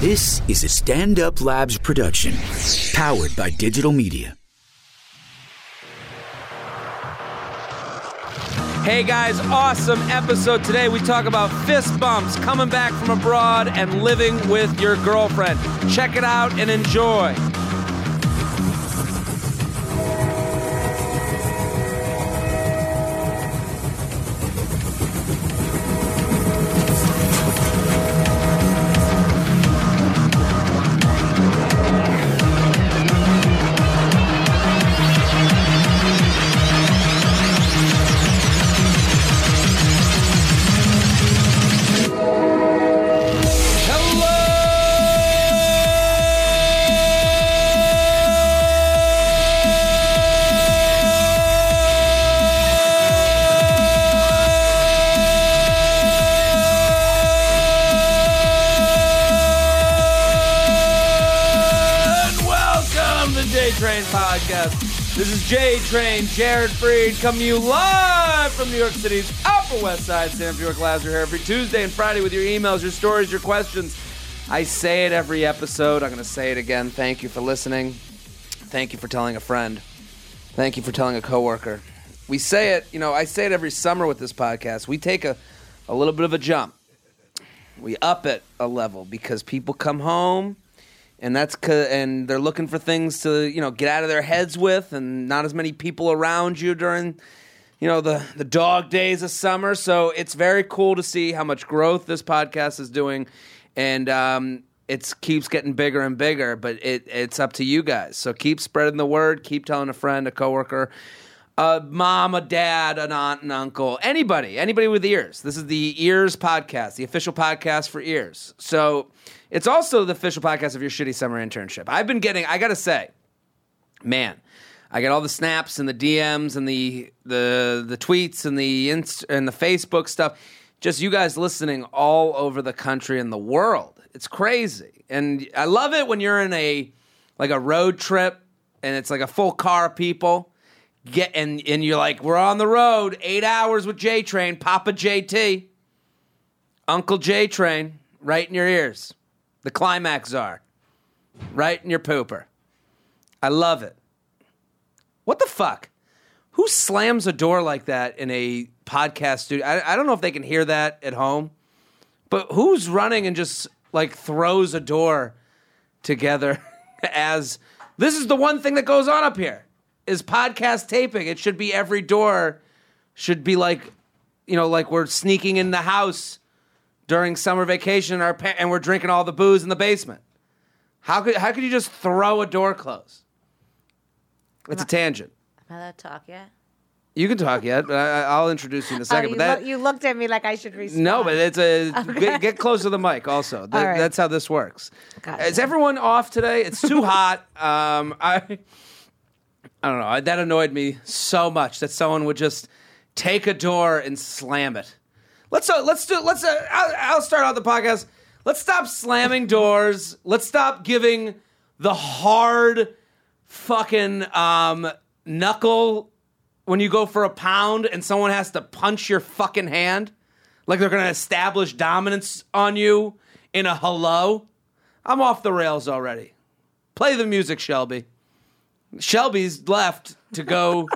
This is a Stand Up Labs production, powered by digital media. Hey guys, awesome episode today. We talk about fist bumps, coming back from abroad, and living with your girlfriend. Check it out and enjoy. And welcome to J Train Podcast. This is J Train, Jared Freed, coming to you live from New York City's Upper West Side. Sam York Lazar here every Tuesday and Friday with your emails, your stories, your questions. I say it every episode. I'm going to say it again. Thank you for listening. Thank you for telling a friend. Thank you for telling a coworker. We say it, you know, I say it every summer with this podcast. We take a, a little bit of a jump. We up it a level because people come home and that's 'ca- and they're looking for things to you know get out of their heads with and not as many people around you during you know the the dog days of summer so it's very cool to see how much growth this podcast is doing and um it keeps getting bigger and bigger but it it's up to you guys so keep spreading the word keep telling a friend a coworker a mom, a dad, an aunt, an uncle, anybody, anybody with ears. This is the Ears Podcast, the official podcast for ears. So it's also the official podcast of your shitty summer internship. I've been getting, I gotta say, man, I get all the snaps and the DMs and the the the tweets and the inst- and the Facebook stuff. Just you guys listening all over the country and the world. It's crazy, and I love it when you're in a like a road trip and it's like a full car of people. Get and and you're like, we're on the road, eight hours with J Train, Papa JT, Uncle J Train, right in your ears. The climax are right in your pooper. I love it. What the fuck? Who slams a door like that in a podcast studio? I, I don't know if they can hear that at home, but who's running and just like throws a door together as this is the one thing that goes on up here is podcast taping. It should be every door should be like, you know, like we're sneaking in the house during summer vacation and, our pa- and we're drinking all the booze in the basement. How could, how could you just throw a door closed? It's a tangent. Am I allowed to talk yet? You can talk yet, but I, I'll introduce you in a Oh, second. you, but that loo- you looked at me like I should respond. no, but it's a get, get close to the mic. Also, That- All right. that's how this works. Gotcha. Is everyone off today? It's too hot. Um, I I don't know. I- That annoyed me so much that someone would just take a door and slam it. Let's uh, let's do let's. Uh, I'll, I'll start out the podcast. Let's stop slamming doors. Let's stop giving the hard fucking um, knuckle when you go for a pound and someone has to punch your fucking hand like they're going to establish dominance on you in a hello. I'm off the rails already. Play the music, Shelby. Shelby's left to go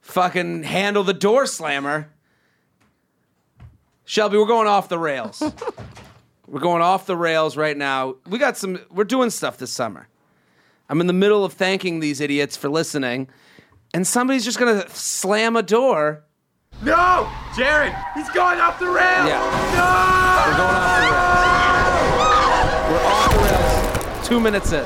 fucking handle the door slammer. Shelby, we're going off the rails. we're going off the rails right now. We got some, we're doing stuff this summer. I'm in the middle of thanking these idiots for listening, and somebody's just gonna slam a door. No! Jared! He's going off the rail! No! We're going off the rails. We're off the rails. Two minutes in.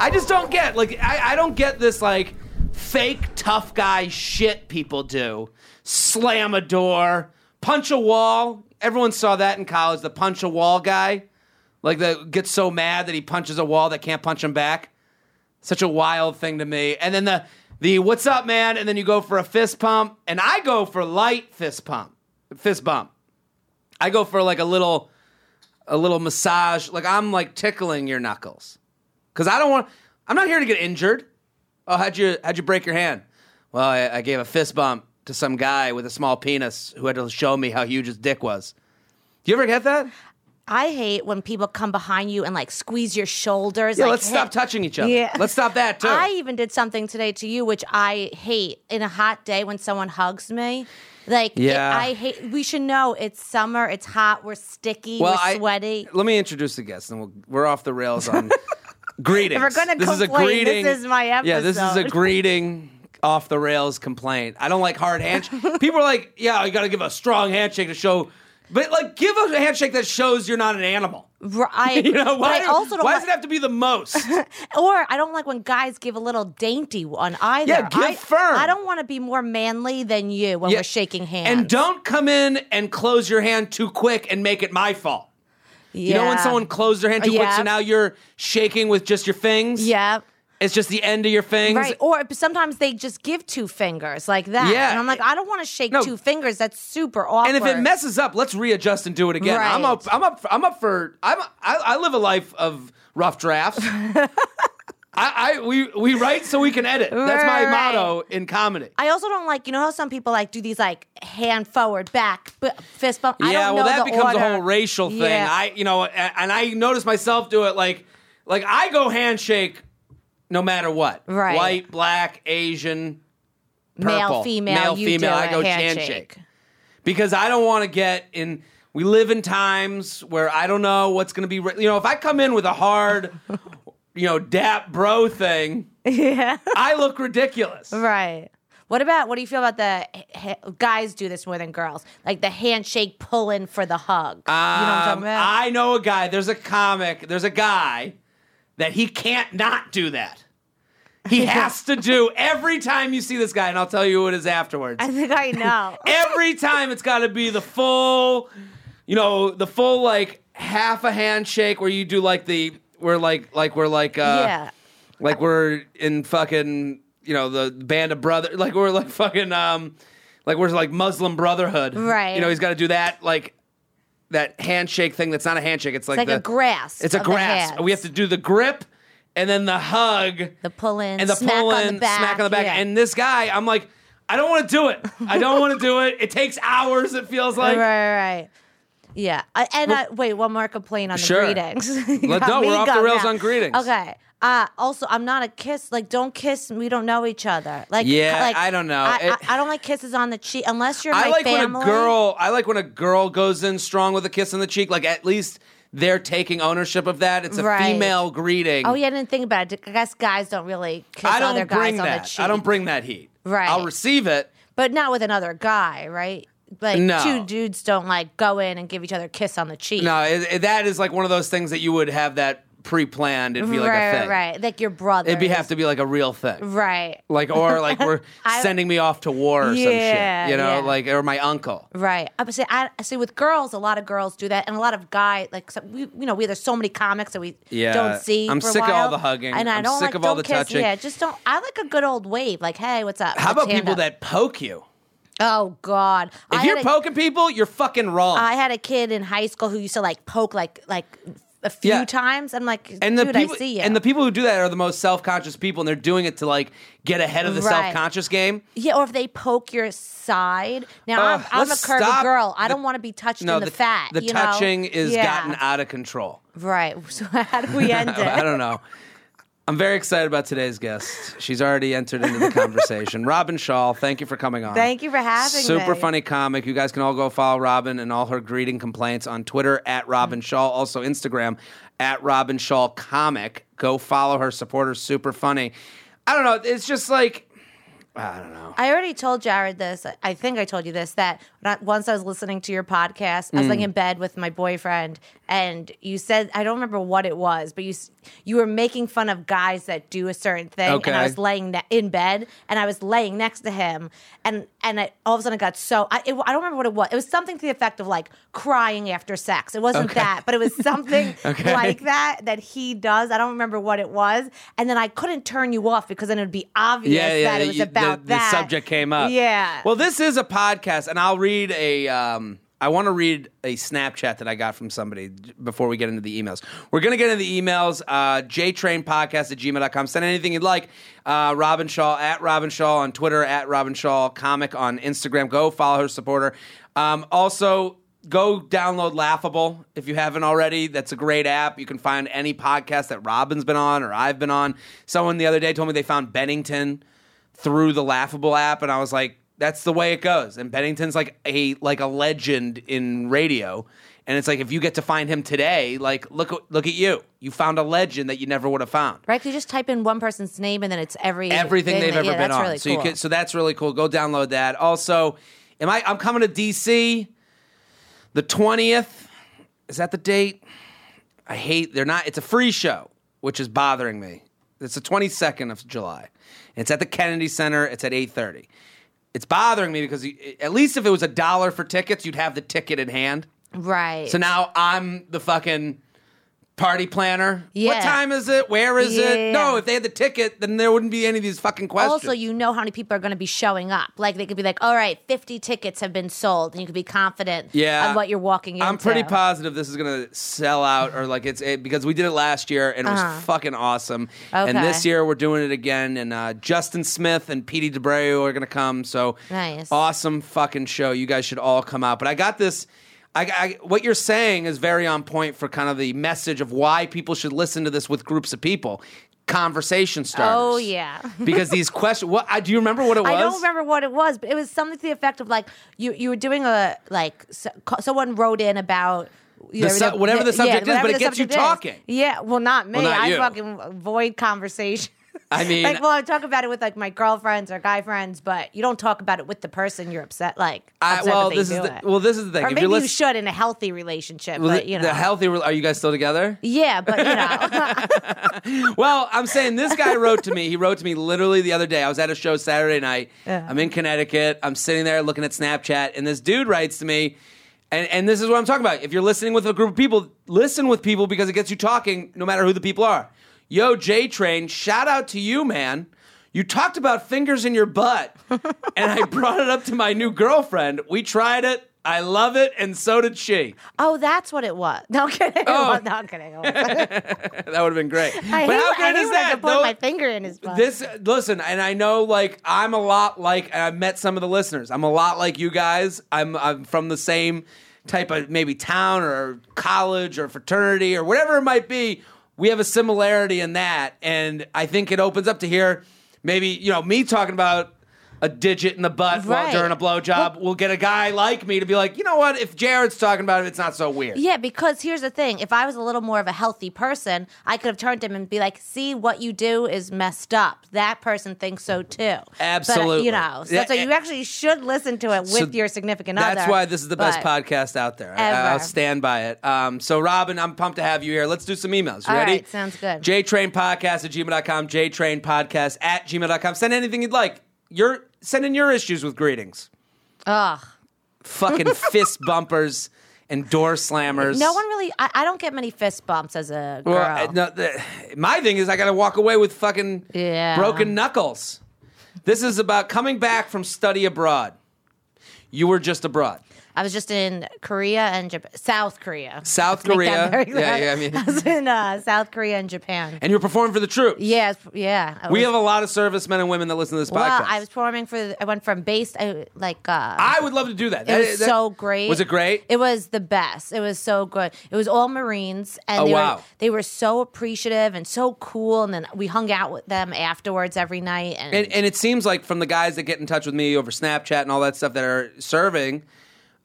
I just don't get like I, I don't get this like fake tough guy shit people do. Slam a door, punch a wall. Everyone saw that in college. The punch a wall guy, like that gets so mad that he punches a wall that can't punch him back. Such a wild thing to me. And then the the what's up man, and then you go for a fist pump, and I go for light fist pump, fist bump. I go for like a little a little massage. Like I'm like tickling your knuckles. Cause I don't want I'm not here to get injured. Oh, how'd you how'd you break your hand? Well, I, I gave a fist bump to some guy with a small penis who had to show me how huge his dick was. Do you ever get that? I hate when people come behind you and like squeeze your shoulders. Yeah, like, let's hit- stop touching each other. Yeah. Let's stop that too. I even did something today to you, which I hate in a hot day when someone hugs me. Like, it- Yeah. I hate, we should know it's summer, it's hot, we're sticky, I- we're sweaty. let me introduce the guest, and we'll, we're off the rails on greetings. If we're gonna this is a complain, this greeting. is my Yeah, this is a episode. greeting. Off the rails complaint. I don't like hard handshake. People are like, yeah, you got to give a strong handshake to show, but like, give a handshake that shows you're not an animal. R- I, You know but why? I also don't why like, does it have to be the most? or I don't like when guys give a little dainty one either. Yeah, give I, firm. I don't want to be more manly than you when Yeah. we're shaking hands. and don't come in and close your hand too quick and make it my fault. yeah. You know when someone closed their hand too quick, so Yeah. now you're shaking with just your things. yeah. it's just the end of your things. Right. Or sometimes they just give two fingers like that. Yeah. And I'm like, I don't want to shake No. two fingers. That's super awkward. And if it messes up, let's readjust and do it again. I'm Right. up. I'm up. I'm up for. I'm. I, I live a life of rough drafts. I, I we we write so we can edit. That's my Right. motto in comedy. I also don't like, you know how some people like do these like hand forward, back, b- fist bump. yeah, I don't well, know that the becomes order. a whole racial thing. Yeah. I you know, a- and I notice myself do it like like I go handshake no matter what. Right. White, black, Asian, purple. male, female, male, you female. do I a go handshake. because I don't want to get in. We live in times where I don't know what's going to be. re- You know, if I come in with a hard, you know, dap bro thing, Yeah. I look ridiculous. Right. What about what do you feel about the h- h- guys do this more than girls? Like the handshake pulling for the hug. you know what I'm talking Um, about? I know a guy. There's a comic. There's a guy that he can't not do that. He has to do every time you see this guy, and I'll tell you what it is afterwards. I think Uh, I know. every time it's got to be the full, you know, the full like half a handshake where you do like the we're like like we're like uh yeah. like we're in fucking you know the band of brother like we're like fucking um like we're like Muslim Brotherhood Right. you know he's got to do that like that handshake thing that's not a handshake it's like It's like the, a grasp. it's a of the grasp hands. we have to do the grip and then the hug the pull in and the smack pull on in, the back. smack on the back. yeah. And this guy, I'm like, I don't want to do it. I don't want to do it. It takes hours. It feels like. right, right, right. Yeah. Uh, and uh, wait, one more complaint on the Sure. greetings. Let- Got no, me we're off the going rails now. on greetings. Okay. Uh, also, I'm not a kiss. Like, don't kiss. We don't know each other. Like, Yeah, like, I don't know. I, It- I, I don't like kisses on the cheek unless you're I my like family. when a girl. I like when a girl goes in strong with a kiss on the cheek. Like at least they're taking ownership of that. It's a Right. female greeting. Oh yeah, I didn't think about it. I guess guys don't really kiss I other don't guys bring on the that. cheek. I don't bring that heat. Right. I'll receive it. but not with another guy, right? Like No. two dudes don't like go in and give each other a kiss on the cheek. No, it, it- that is like one of those things that you would have that pre-planned. It'd be like right, a right, thing. right. Like your brother. It'd be have to be like a real thing. Right, Like or like we're I- sending me off to war or some Yeah, shit. You know, yeah. like or my uncle. right. I would say I I say with girls, a lot of girls do that, and a lot of guy like so we you know we there's so many comics that we Yeah. don't see. I'm for a sick of all while. the hugging. and I I'm don't sick like, of all don't the kiss. touching. Yeah, just don't. I like a good old wave. Like hey, what's up? How Let's about hand people up. that poke you? Oh God! If I you're had a- poking people, you're fucking wrong. I had a kid in high school who used to like poke like like a few Yeah. times. I'm like, and the dude, people, I see you. and the people who do that are the most self-conscious people, and they're doing it to like get ahead of the Right. self-conscious game. yeah, or if they poke your side. Now I'm, Ugh, I'm a let's curvy stop girl. I the- don't want to be touched No, in the, fat. the you know? touching is Yeah. gotten out of control. right. So how do we end I it? don't know. I'm very excited about today's guest. She's already entered into the conversation. Robin Shaw, thank you for coming on. Thank you for having Super me. funny comic. You guys can all go follow Robin and all her greeting complaints on Twitter at Robin Shaw, also Instagram at Robin Shaw Comic. Go follow her, support her. Super funny. I don't know. It's just like I don't know. I already told Jared this. I think I told you this that when I- once I was listening to your podcast, I was Mm. like in bed with my boyfriend, and you said I don't remember what it was, but you s- you were making fun of guys that do a certain thing, and Okay. I was laying ne- in bed, and I was laying next to him, and and I, all of a sudden I got so I it, I don't remember what it was. It was something to the effect of like crying after sex. It wasn't that, but it was something Okay. like that that he does. I don't remember what it was, and then I couldn't turn you off because then it would be obvious that it was you- the- about the, that. subject came up. Yeah. Well, this is a podcast, and I'll read a. Um, I want to read a Snapchat that I got from somebody j- before we get into the emails. We're going to get into the emails. Uh, jtrainpodcast at gmail.com. Send anything you'd like. Uh, Robin Shaw at Robin Shaw on Twitter, at Robin Shaw Comic on Instagram. Go follow her, support her. Um, also, Go download Laughable if you haven't already. That's a great app. You can find any podcast that Robin's been on or I've been on. Someone the other day told me they found Bennington through the Laughable app, and I was like, "That's the way it goes." And Bennington's like a like a legend in radio, and it's like if you get to find him today, like look look at you, you found a legend that you never would have found. Right? 'Cause you just type in one person's name and then it's every Everything thing they've that- ever yeah, been that's on. Really so cool. you can, so that's really cool. Go download that. Also, am I? I'm coming to DC the twentieth. Is that the date? I hate they're not. It's a free show, which is bothering me. It's the twenty second of July. It's at the Kennedy Center. It's at eight thirty. It's bothering me because you- at least if it was a dollar for tickets, you'd have the ticket in hand. right. So now I'm the fucking party planner. What Yeah. time is it? Where is it? Yeah. No, if they had the ticket, then there wouldn't be any of these fucking questions. also, you know how many people are going to be showing up. Like they could be like, "All right, fifty tickets have been sold," and you could be confident Yeah. on what you're walking into. I'm pretty positive this is gonna sell out, or like it's it, because we did it last year and it was fucking awesome. And Uh-huh. Okay. this year we're doing it again, and uh, Justin Smith and Petey DeBreu are gonna come. So Nice. awesome fucking show. You guys should all come out. But I got this. I, I, what you're saying is very on point for kind of the message of why people should listen to this with groups of people. Conversation starters. Oh, yeah. because these questions. What I, do you remember? What it was? I don't remember what it was, but it was something to the effect of like you you were doing a like so, co- someone wrote in about. you know, su- whatever the subject is, whatever but it the gets you subject is. talking. Yeah, well, not me. Well, not I you. fucking avoid conversation. I mean- like, well, I talk about it with like my girlfriends or guy friends, but you don't talk about it with the person you're upset. Like, I, upset that well, they this is do the, it. well, this is the thing. or if maybe you're you listening, should in a healthy relationship, Well, but the- you know, the healthy. Re- are you guys still together? yeah, but you know, well, I'm saying this guy wrote to me. He wrote to me literally the other day. I was at a show Saturday night. I'm in Connecticut. I'm sitting there looking at Snapchat, and this dude writes to me. And, and this is what I'm talking about. If you're listening with a group of people, listen with people because it gets you talking no matter who the people are. Yo, J Train, shout out to you, man. You talked about fingers in your butt, and I brought it up to my new girlfriend. We tried it. I love it, and so did she. oh, that's what it was. No I'm kidding, Oh. oh. no I'm kidding. I That would have been great. hate, but how I good hate is when I that? have to point though? my finger in his butt. This listen, and I know like I'm a lot like and I've met some of the listeners. I'm a lot like you guys. I'm I'm from the same type of maybe town or college or fraternity or whatever it might be. We have a similarity in that, and I think it opens up to here. Maybe you know me talking about a digit in the butt while Right. during a blowjob will get a guy like me to be like, you know what? If Jared's talking about it, it's not so weird. Yeah, because here's the thing. If I was a little more of a healthy person, I could have turned to him and be like, see, what you do is messed up. That person thinks so too. But, Absolutely. you know, so, Yeah, so you eh, actually should listen to it with So your significant other. That's why this is the best but- podcast out there. I- Ever. I'll stand by it. Um, so, Robin, I'm pumped to have you here. Let's do some emails. You All ready? right, sounds good. JTrainPodcast at gmail.com, JTrainPodcast at gmail.com. Send anything you'd like. You're, send in your issues with greetings. Ugh. Fucking fist bumpers and door slammers. No one really, I, I don't get many fist bumps as a girl. Well, I- no, the, my thing is, I got to walk away with fucking Yeah. broken knuckles. This is about coming back from study abroad. You were just abroad. I was just in Korea and Japan, South Korea. South Let's make Korea. that very Yeah, clear. yeah, I mean- was in uh, South Korea and Japan. And you were performing for the troops. Yeah, it's- yeah. I We was- have a lot of servicemen and women that listen to this Well, podcast. I was performing for. the- I went from bass, I, like. Uh, I would love to do that. It That- was that- so great. Was it great? It was the best. It was so good. It was all Marines, and Oh, they, wow. were, they were so appreciative and so cool. And then we hung out with them afterwards every night. And, and, and it seems like from the guys that get in touch with me over Snapchat and all that stuff that are serving,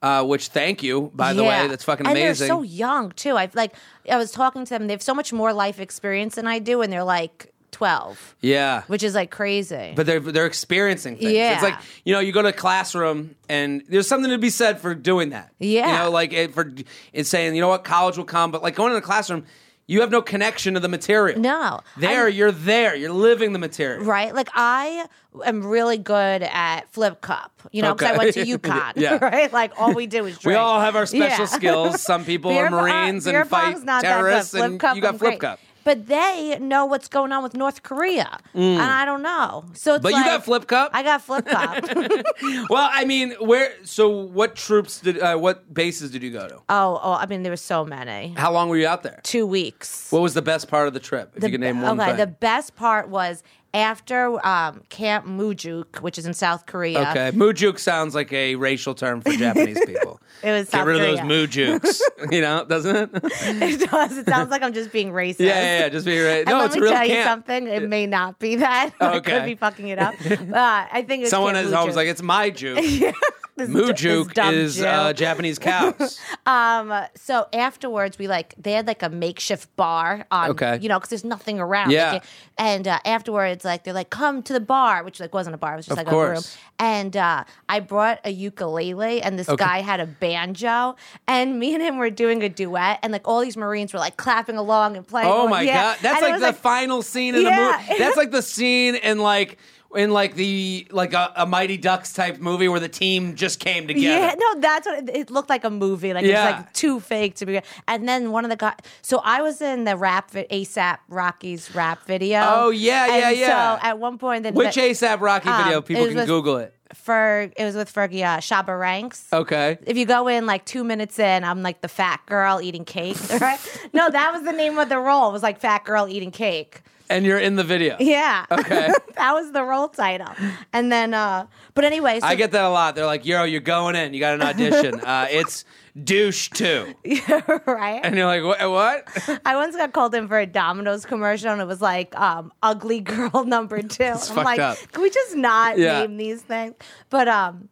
uh, which thank you by the Yeah. way, that's fucking And amazing. they're so young too. I like. I was talking to them. They have so much more life experience than I do, and they're like twelve, yeah, which is like crazy. but they're they're experiencing things. Yeah. It's like you know you go to a classroom and there's something to be said for doing that. Yeah. you know like it, for it's saying you know what college will come, but like going to the classroom. You have no connection to the material. No. There, you're there. You're living the material. right? Like I am really good at flip cup, you know, because Okay. I went to UConn, Yeah. right? Like all we do is We drink. all have our special Yeah. skills. Some people Beer are pong- Marines beer and fight pong's not that good. terrorists, Flip and cup, you got I'm flip great. cup. But they know what's going on with North Korea, and I don't know. So, it's Mm. But you got like- flip cup? I got flip cup. Well, I mean, where? So, what troops did? Uh, what bases did you go to? oh, oh, I mean, there were so many. How long were you out there? Two weeks. What was the best part of the trip? If you can name one okay, thing. the best part was after um, Camp Mujuk, which is in South Korea. okay, Mujuk sounds like a racial term for Japanese people. It was South Get rid of those Korea. moo jukes. you know, doesn't it? it does. It sounds like I'm just being racist. Yeah, yeah, yeah, just be right. and No, let it's me real tell you camp. something. It may not be that. I Okay. could be fucking it up. Uh, I think it's Someone Camp is always Mujuk. like, it's my juke. This d- Moo this juke dumb is Jew. uh, Japanese cows. Um, so afterwards, we like they had like a makeshift bar on, Okay. you know, because there's nothing around. Yeah. Like, and uh, afterwards, like they're like, come to the bar, which like wasn't a bar, it was just Of like a room. course. And uh, I brought a ukulele, and this guy had a banjo, and me and him were doing a duet, and like all these Marines were like clapping along and playing. Oh along. my Yeah. god, that's And it like was, the final scene in Yeah. the movie. That's like the scene in like in like the like a, a Mighty Ducks type movie where the team just came together. Yeah, no, that's what it, it looked like a movie. Like Yeah. it's like too fake to be. And then one of the guys. So I was in the rap vi- ASAP Rocky's rap video. Oh, yeah, yeah, And yeah. So at one point, the, Which the- ASAP Rocky um, video? People it can was- Google it. Fer, it was with Fergie uh, Shaba Ranks. Okay. If you go in like two minutes in, I'm like the fat girl eating cake. Right? no, that was the name of the role. It was like fat girl eating cake. And you're in the video. Yeah. Okay. that was the role title. And then, uh but anyway, so I get that a lot. They're like, "Yo, you're going in. You got an audition. Uh, it's douche two. right. And you're like, "What? What? I once got called in for a Domino's commercial, and it was like um, "Ugly Girl Number Two. I'm fucked like, up. can we just not Yeah. name these things? But um,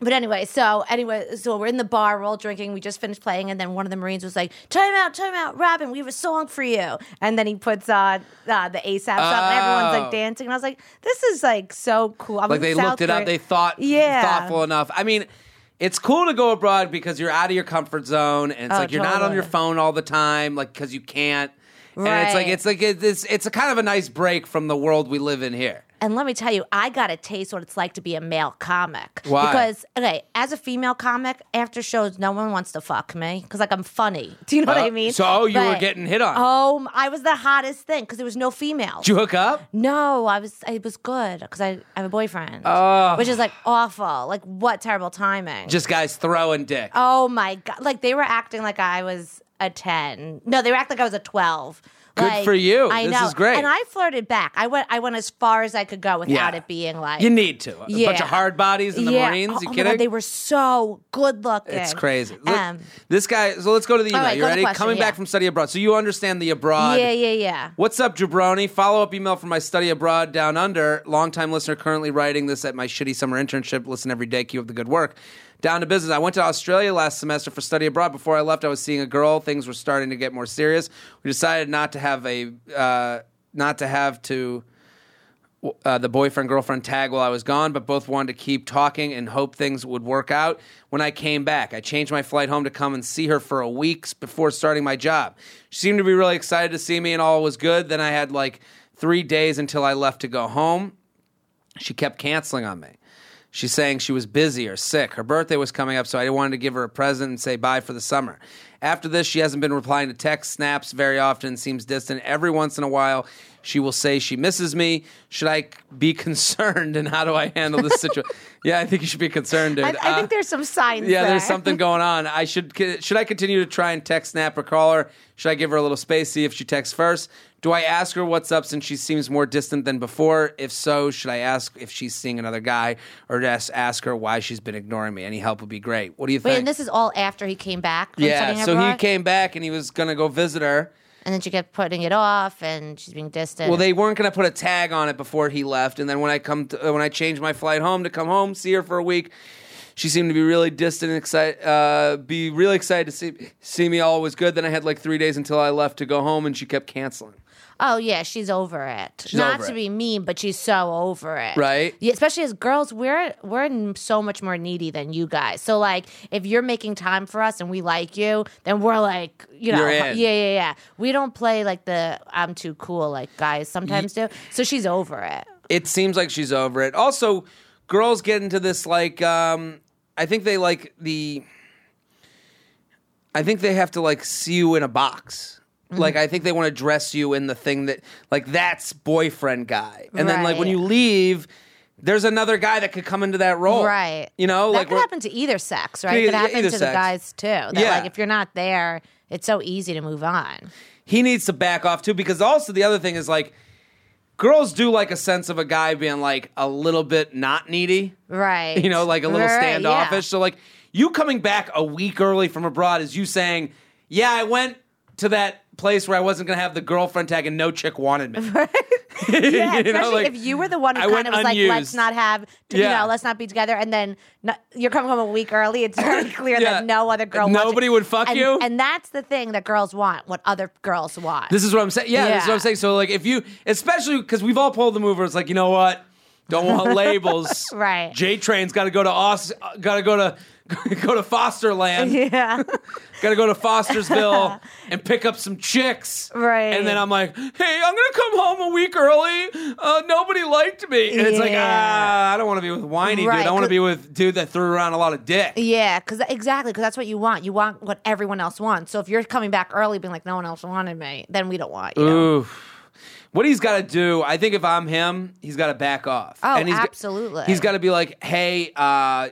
but anyway, so anyway, so we're in the bar, we're all drinking. We just finished playing, and then one of the Marines was like, "Time out, time out, Robin. We have a song for you." And then he puts on uh, the ASAP song, and everyone's Oh. like dancing. And I was like, "This is like so cool." I'm Like in they South looked it up. Korea. They thought Yeah. thoughtful enough. I mean." It's cool to go abroad because you're out of your comfort zone, and it's Oh, like you're not on your totally. phone all the time, like because you can't. And it's like Right. it's like it- it's it's a kind of a nice break from the world we live in here. And let me tell you, I got to taste what it's like to be a male comic. Why? Because okay, as a female comic, after shows, no one wants to fuck me because like I'm funny. Do you know what Uh, I mean? so, oh, you were But- getting hit on. Oh, m- I was the hottest thing because there was no female. Did you hook up? no, I was I was good because I, I have a boyfriend, oh. which is like awful. Like what terrible timing. Just guys throwing dick. oh my god! Like they were acting like I was a ten. No, they were acting like I was a twelve. Good Like, for you. I This know. is great. And I flirted back. I went. I went as far as I could go without Yeah. it being like you need to. A bunch Yeah. of hard bodies in the Marines. Oh, you oh my kidding? God, they were so good looking. It's crazy. Look, Um, this guy. So let's go to the email. right, you go to the ready? question, Coming yeah. back from study abroad. So you understand the abroad. yeah, yeah, yeah. What's up, jabroni? Follow up email from my study abroad down under. Longtime listener, currently writing this at my shitty summer internship. Listen every day. Keep up the good work. Down to business. I went to Australia last semester for study abroad. Before I left, I was seeing a girl. Things were starting to get more serious. We decided not to have a uh, not to have to uh, the boyfriend girlfriend tag while I was gone, but both wanted to keep talking and hope things would work out. When I came back, I changed my flight home to come and see her for a week before starting my job. She seemed to be really excited to see me, and all was good. Then I had like three days until I left to go home. She kept canceling on me. She's saying she was busy or sick. Her birthday was coming up, so I wanted to give her a present and say bye for the summer. After this, she hasn't been replying to texts, snaps very often, seems distant. Every once in a while, she will say she misses me. Should I be concerned, and how do I handle this situation? yeah, I think you should be concerned, dude. I, I Uh, think there's some signs. yeah, there. there's something going on. I should should I continue to try and text Snap or call her? Should I give her a little space, see if she texts first? Do I ask her what's up since she seems more distant than before? If so, should I ask if she's seeing another guy or just ask her why she's been ignoring me? Any help would be great. What do you think? Wait, and this is all after he came back. From yeah, studying so he abroad? came back and he was gonna go visit her. and then she kept putting it off, and she's being distant. Well, they weren't going to put a tag on it before he left, and then when I come to, uh, when I changed my flight home to come home, see her for a week, she seemed to be really distant, and excited, uh, be really excited to see see me. All was good. Then I had like three days until I left to go home, and she kept canceling. oh yeah, she's over it. Not over to it. be mean, but she's so over it. Right. Yeah, especially as girls, we're we're n- so much more needy than you guys. So like, if you're making time for us and we like you, then we're like, you know, You're yeah, yeah, in. yeah. We don't play like the I'm too cool like guys sometimes do. So she's over it. It seems like she's over it. Also, girls get into this like um, I think they like the. I think they have to like see you in a box. Mm-hmm. Like I think they want to dress you in the thing that like that's boyfriend guy. And then like when Right. you leave, there's another guy that could come into that role. Right. Oh, You know, that like could we're- happen to either sex, right? Yeah, It could happen either to the sex. guys too. That Yeah. like if you're not there, it's so easy to move on. he needs to back off too because also the other thing is like girls do like a sense of a guy being like a little bit not needy. Right. You know, like a little Right, right, yeah. standoffish. So like You coming back a week early from abroad is you saying, "Yeah, I went to that place where I wasn't going to have the girlfriend tag and no chick wanted me." Yeah, You know, especially like, if you were the one who I kind went of was like, let's unused. not have, to, you Yeah. know, let's not be together. And then no- you're coming home a week early. It's very clear Yeah. that no other girl wants Nobody you. would fuck And- you? And that's the thing that girls want, what other girls want. This is what I'm saying. Yeah, this is what I'm Yeah. saying. So like, if you, especially because we've all pulled the mover, it's like you know what, don't want labels. Right. J Train's got to go to Aus, got to go to go to Fosterland. yeah. Got to go to Fostersville and pick up some chicks. Right. And then I'm like, hey, I'm gonna come home a week early. Uh, nobody liked me, and it's like, Yeah. ah, I don't want to be with whiny Right, dude. I want to 'cause- be with dude that threw around a lot of dick. yeah. Cause exactly. Cause that's what you want. You want what everyone else wants. So if you're coming back early being like, no one else wanted me, then we don't want you. Oof. What he's got to do, I think if I'm him, he's got to back off. Oh, he's got- absolutely. he's got to be like, hey, uh,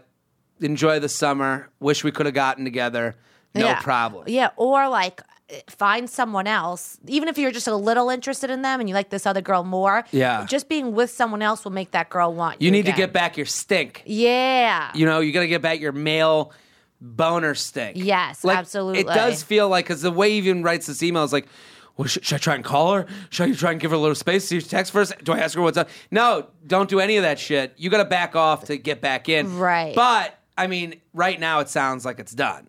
enjoy the summer. Wish we could have gotten together. No Yeah. problem. Yeah, or like eh, find someone else. Even if you're just a little interested in them and you like this other girl more, Yeah. just being with someone else will make that girl want you. You need to again. get back your stink. Yeah. You know, you got to get back your male boner stink. Yes, absolutely. It does feel like, because the way he even writes this email is like, well, sh- should I try and call her? Should I try and give her a little space? Do you text first? Do I ask her what's up? No, don't do any of that shit. You got to back off to get back in. Right. But, I mean, right now it sounds like it's done.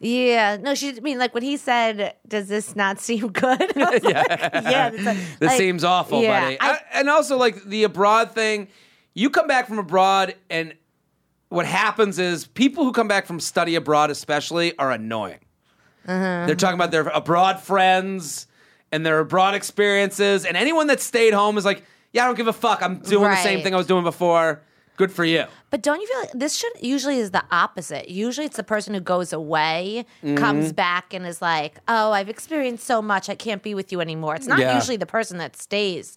yeah. No, she. I mean, like when he said, "Does this not seem good?" I was like, yeah. That's like- This like, seems awful, yeah, buddy. I- I- and also, like the abroad thing, you come back from abroad, and what happens is people who come back from study abroad, especially, are annoying. Uh-huh. They're talking about their abroad friends and their abroad experiences, and anyone that stayed home is like, "Yeah, I don't give a fuck. I'm doing the same Right. thing I was doing before. Good for you." But don't you feel like this should usually is the opposite? Usually it's the person who goes away, Mm-hmm. comes back, and is like, oh, I've experienced so much. I can't be with you anymore. It's not Yeah. usually the person that stays.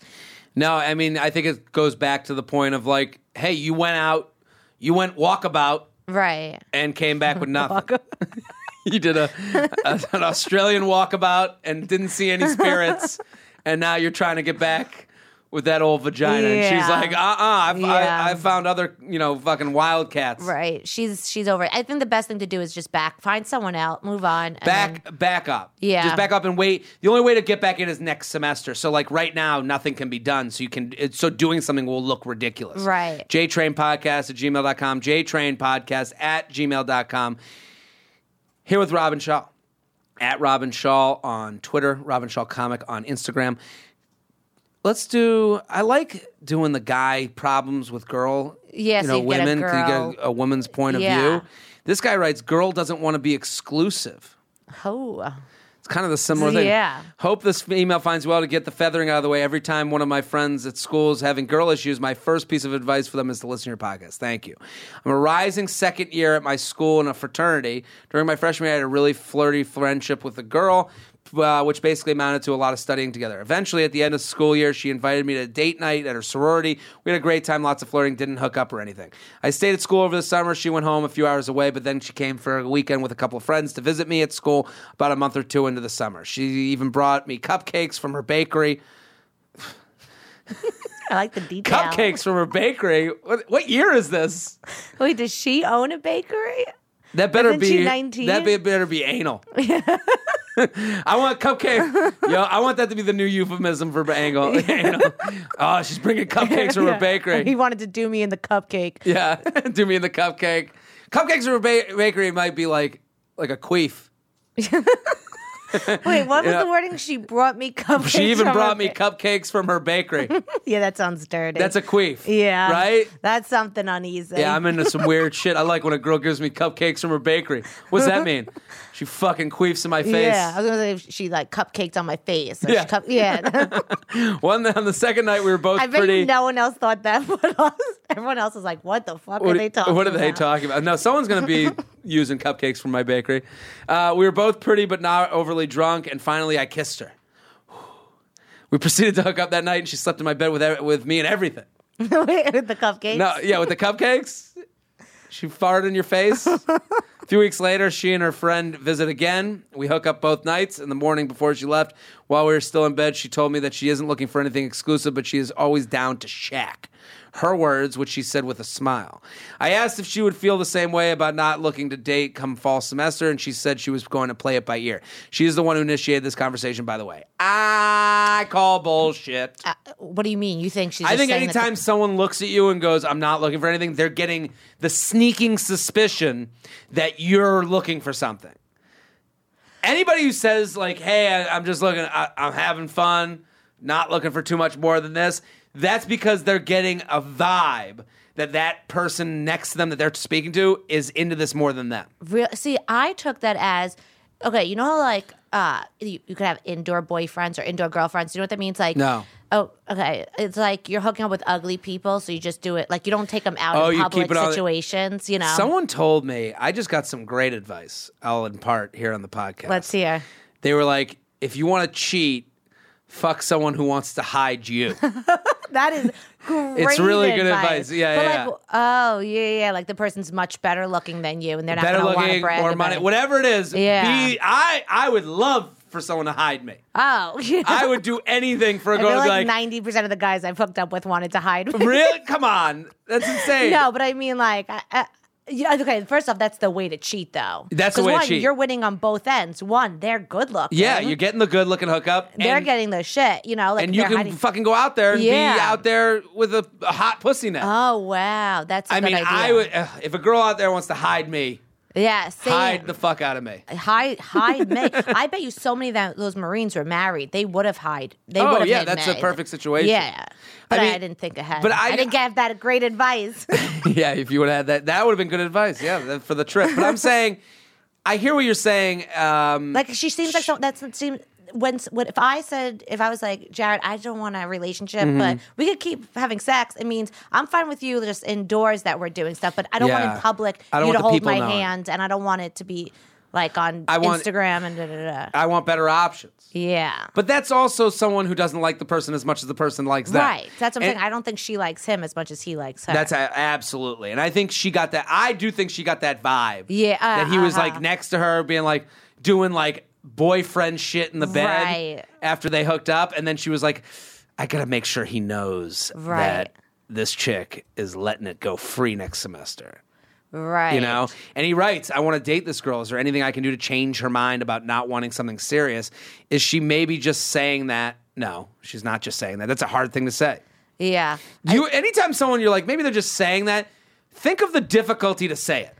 No, I mean, I think it goes back to the point of like, "Hey, you went out, you went walkabout." Right. and came back with nothing. you did a, a- an Australian walkabout and didn't see any spirits, and now you're trying to get back with that old vagina. And she's Yeah. like, uh, uh I've, Yeah. I, I found other, you know, fucking wildcats. Right. She's she's over. it. I think the best thing to do is just back, find someone else, move on. and Back, then- back up. Yeah. just back up and wait. The only way to get back in is next semester. So, like right now, nothing can be done. So you can. It, so doing something will look ridiculous. Right. JTrain Podcast at gmail.com. JTrain Podcast at gmail.com. Here with Robin Shaw. At Robin Shaw on Twitter, Robin Shaw Comic on Instagram. Let's do. I like doing the guy problems with girl. Yeah, you so know, you get a women. 'cause girl- You get a, a woman's point of Yeah. view. This guy writes, "Girl doesn't want to be exclusive." oh. It's kind of the similar thing. Yeah. Hope this email finds you well to get the feathering out of the way. Every time one of my friends at school is having girl issues, my first piece of advice for them is to listen to your podcast. Thank you. I'm a rising second year at my school in a fraternity. During my freshman year, I had a really flirty friendship with a girl. Uh, which basically amounted to a lot of studying together. Eventually, at the end of the school year, she invited me to a date night at her sorority. We had a great time, lots of flirting, didn't hook up or anything. I stayed at school over the summer. She went home a few hours away, but then she came for a weekend with a couple of friends to visit me at school about a month or two into the summer. She even brought me cupcakes from her bakery. I like the detail. Cupcakes from her bakery? What, what year is this? Wait, does she own a bakery? That better Isn't be she 19? That be, better be anal. I want cupcake. Yo, I want that to be the new euphemism for anal. anal. Oh, she's bringing cupcakes from her He bakery. wanted to do me in the cupcake. Yeah, do me in the cupcake. Cupcakes from her ba- bakery might be like like a queef. Wait, what was Yeah. the wording? She brought me cupcakes. She even from her brought me ba- cupcakes from her bakery. yeah, that sounds dirty. That's a queef. yeah, Right? That's something uneasy. Yeah, I'm into some weird shit. I like when a girl gives me cupcakes from her bakery. What's that mean? She fucking queefs in my face. Yeah, I was gonna say if she like cupcaked on my face. or she Yeah. cup- yeah. One on the second night we were both I bet pretty you no one else thought that, but us, everyone else is like, "What the fuck are they talking? what are they about? talking about? No, someone's going to be using cupcakes from my bakery. Uh, we were both pretty but not overly drunk, and finally I kissed her. We proceeded to hook up that night, and she slept in my bed with, e- with me and everything. with the cupcakes. No, yeah, with the cupcakes. She farted in your face. a few weeks later, she and her friend visit again. We hook up both nights. In the morning before she left, while we were still in bed, she told me that she isn't looking for anything exclusive, but she is always down to shack. her words, which she said with a smile. I asked if she would feel the same way about not looking to date come fall semester, and she said she was going to play it by ear. She is the one who initiated this conversation, by the way. I call bullshit. What do you mean? You think she's? I just think saying that- anytime someone looks at you and goes, I'm not looking for anything, they're getting the sneaking suspicion that you're looking for something. Anybody who says, like, hey, I, I'm just looking, I, I'm having fun, not looking for too much more than this, that's because they're getting a vibe that that person next to them that they're speaking to is into this more than them. real see i took that as okay you know how like uh you, you could have indoor boyfriends or indoor girlfriends you know what that means like No. oh okay it's like you're hooking up with ugly people so you just do it like you don't take them out Oh, in you public keep it on- situations you know Someone told me, I just got some great advice, I'll impart here on the podcast. let's hear they were like, if you want to cheat, fuck someone who wants to hide you. that is great really good advice. Yeah, but yeah, like oh yeah yeah like the person's much better looking than you and they're not Better gonna want to looking, brag more about money, it. whatever it is. Yeah. Be, I, I would love for someone to hide me. oh yeah. I would do anything for a I girl feel to be like like, ninety percent of the guys I've hooked up with wanted to hide. me. really? Come on. That's insane. No, but I mean, like, I, I, yeah, okay. First off, that's the way to cheat, though. That's the 'Cause way to one, cheat. You're winning on both ends. One, they're good looking. Yeah, you're getting the good looking hookup. they're and, getting the shit. You know, like And you they're can hiding- fucking go out there and be Yeah. out there with a, a hot pussy now. Oh wow, that's. a I good mean, idea. I would, uh, if a girl out there wants to hide me, Yeah, same. hide the fuck out of me. Hide, hide me. I bet you so many of them, those Marines were married. They would have hide. They Oh, would have yeah, hid that's a men. perfect situation. Yeah, but I, mean- didn't think ahead. but I- didn't give that great advice. yeah, if you would have had that, that would have been good advice. Yeah, th- for the trip. But I'm saying, I hear what you're saying. Um, Like she seems like some, that's what seems when when if I said if I was like Jared, I don't want a relationship, Mm-hmm. but we could keep having sex. It means I'm fine with you just indoors that we're doing stuff, but I don't want Yeah. in public I don't you want to the hold people my knowing. hand, and I don't want it to be like on I want- Instagram and da da da. da. I want better options. Yeah, But that's also someone who doesn't like the person as much as the person likes them. right. That's what I'm And saying. I don't think she likes him as much as he likes her. That's a, absolutely, and I think she got that. I do think she got that vibe. Yeah, uh, that he was uh-huh. like next to her, being like doing like boyfriend shit in the bed Right. after they hooked up, and then she was like, "I gotta make sure he knows Right. that this chick is letting it go free next semester." right. you know and he writes i want to date this girl is there anything i can do to change her mind about not wanting something serious is she maybe just saying that no she's not just saying that that's a hard thing to say Yeah. you anytime someone you're like maybe they're just saying that think of the difficulty to say it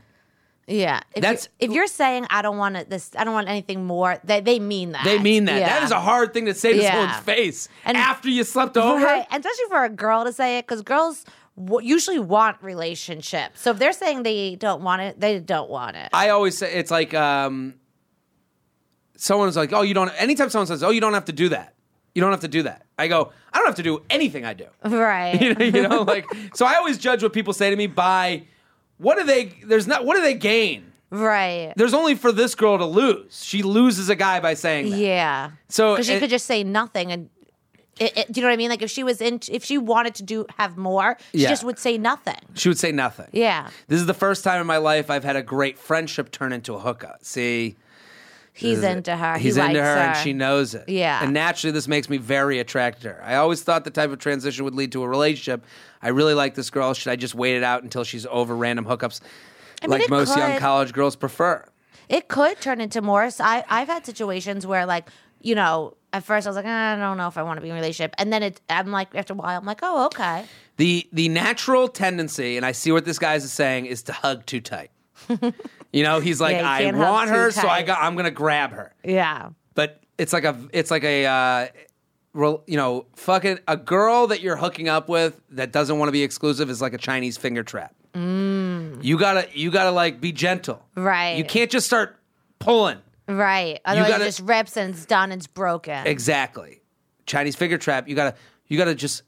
Yeah, if That's- you, if you're saying I don't want it, this, I don't want anything more. They they mean that. they mean that Yeah. that is a hard thing to say to Yeah. someone's face And- after you slept over Right, and especially for a girl to say it, because girls w- usually want relationships. So if they're saying they don't want it, they don't want it. I always say it's like um, someone's like, oh, you don't. Anytime someone says, oh, you don't have to do that. You don't have to do that. I go, I don't have to do anything I do. Right. You know, you know, like so. I always judge what people say to me by what do they? There's not. What do they gain? right. There's only for this girl to lose. She loses a guy by saying that. Yeah. So because she it- could just say nothing and. It, it, do you know what I mean? Like if she was in, if she wanted to do have more, she Yeah. just would say nothing. She would say nothing. Yeah, This is the first time in my life I've had a great friendship turn into a hookup. See, he's is it- into her. He's he into likes her, her, and she knows it. Yeah. And naturally, this makes me very attracted to her. I always thought the type of transition would lead to a relationship. I really like this girl. Should I just wait it out until she's over random hookups, mean, like it most young could. college girls prefer? It could turn into more. So I I've had situations where like you know at first I was like "Ah, I don't know if I want to be in a relationship, and then it I'm like after a while I'm like oh okay The the natural tendency, and I see what this guy is saying, is to hug too tight. you know, he's like, Yeah, you I can't hug want too her, so I tight. got, I'm gonna grab her. yeah But it's like a it's like a uh, rel- you know fucking a girl that you're hooking up with that doesn't want to be exclusive is like a Chinese finger trap. You gotta you gotta like be gentle. Mm. Right. You can't just start pulling. Right. Otherwise, gotta- it just rips and it's done. It's broken. Exactly. Chinese finger trap. You gotta you gotta just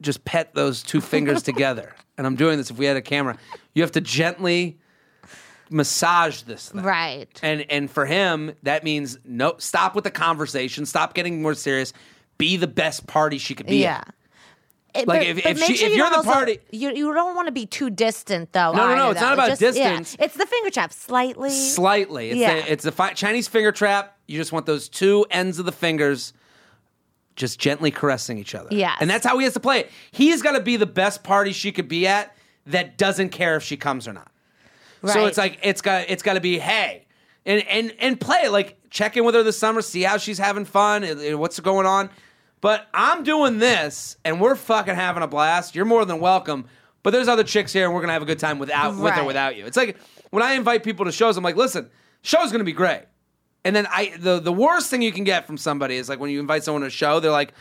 just pet those two fingers together. And I'm doing this if we had a camera. You have to gently massage this thing. right. And and for him, that means no stop with the conversation, stop getting more serious, be the best party she could be. yeah. at. It- Like, if- if she- if you you're don't the also- party- you, you don't want to be too distant though. no, either, no, it's not though. about Just- yeah. distance. It's the finger trap, slightly. Slightly. It's Yeah. a, it's a fi- Chinese finger trap. You just want those two ends of the fingers just gently caressing each other. Yes. And that's how he has to play it. He's got to be the best party she could be at that doesn't care if she comes or not. So Right. it's like it's got it's got to be hey, and and and play like check in with her this summer, see how she's having fun, and- and what's going on. But I'm doing this, and we're fucking having a blast. You're more than welcome. But there's other chicks here, and we're gonna have a good time without with or Right. without you. It's like when I invite people to shows, I'm like, listen, show's gonna be great. And then I the the worst thing you can get from somebody is like when you invite someone to a show, they're like,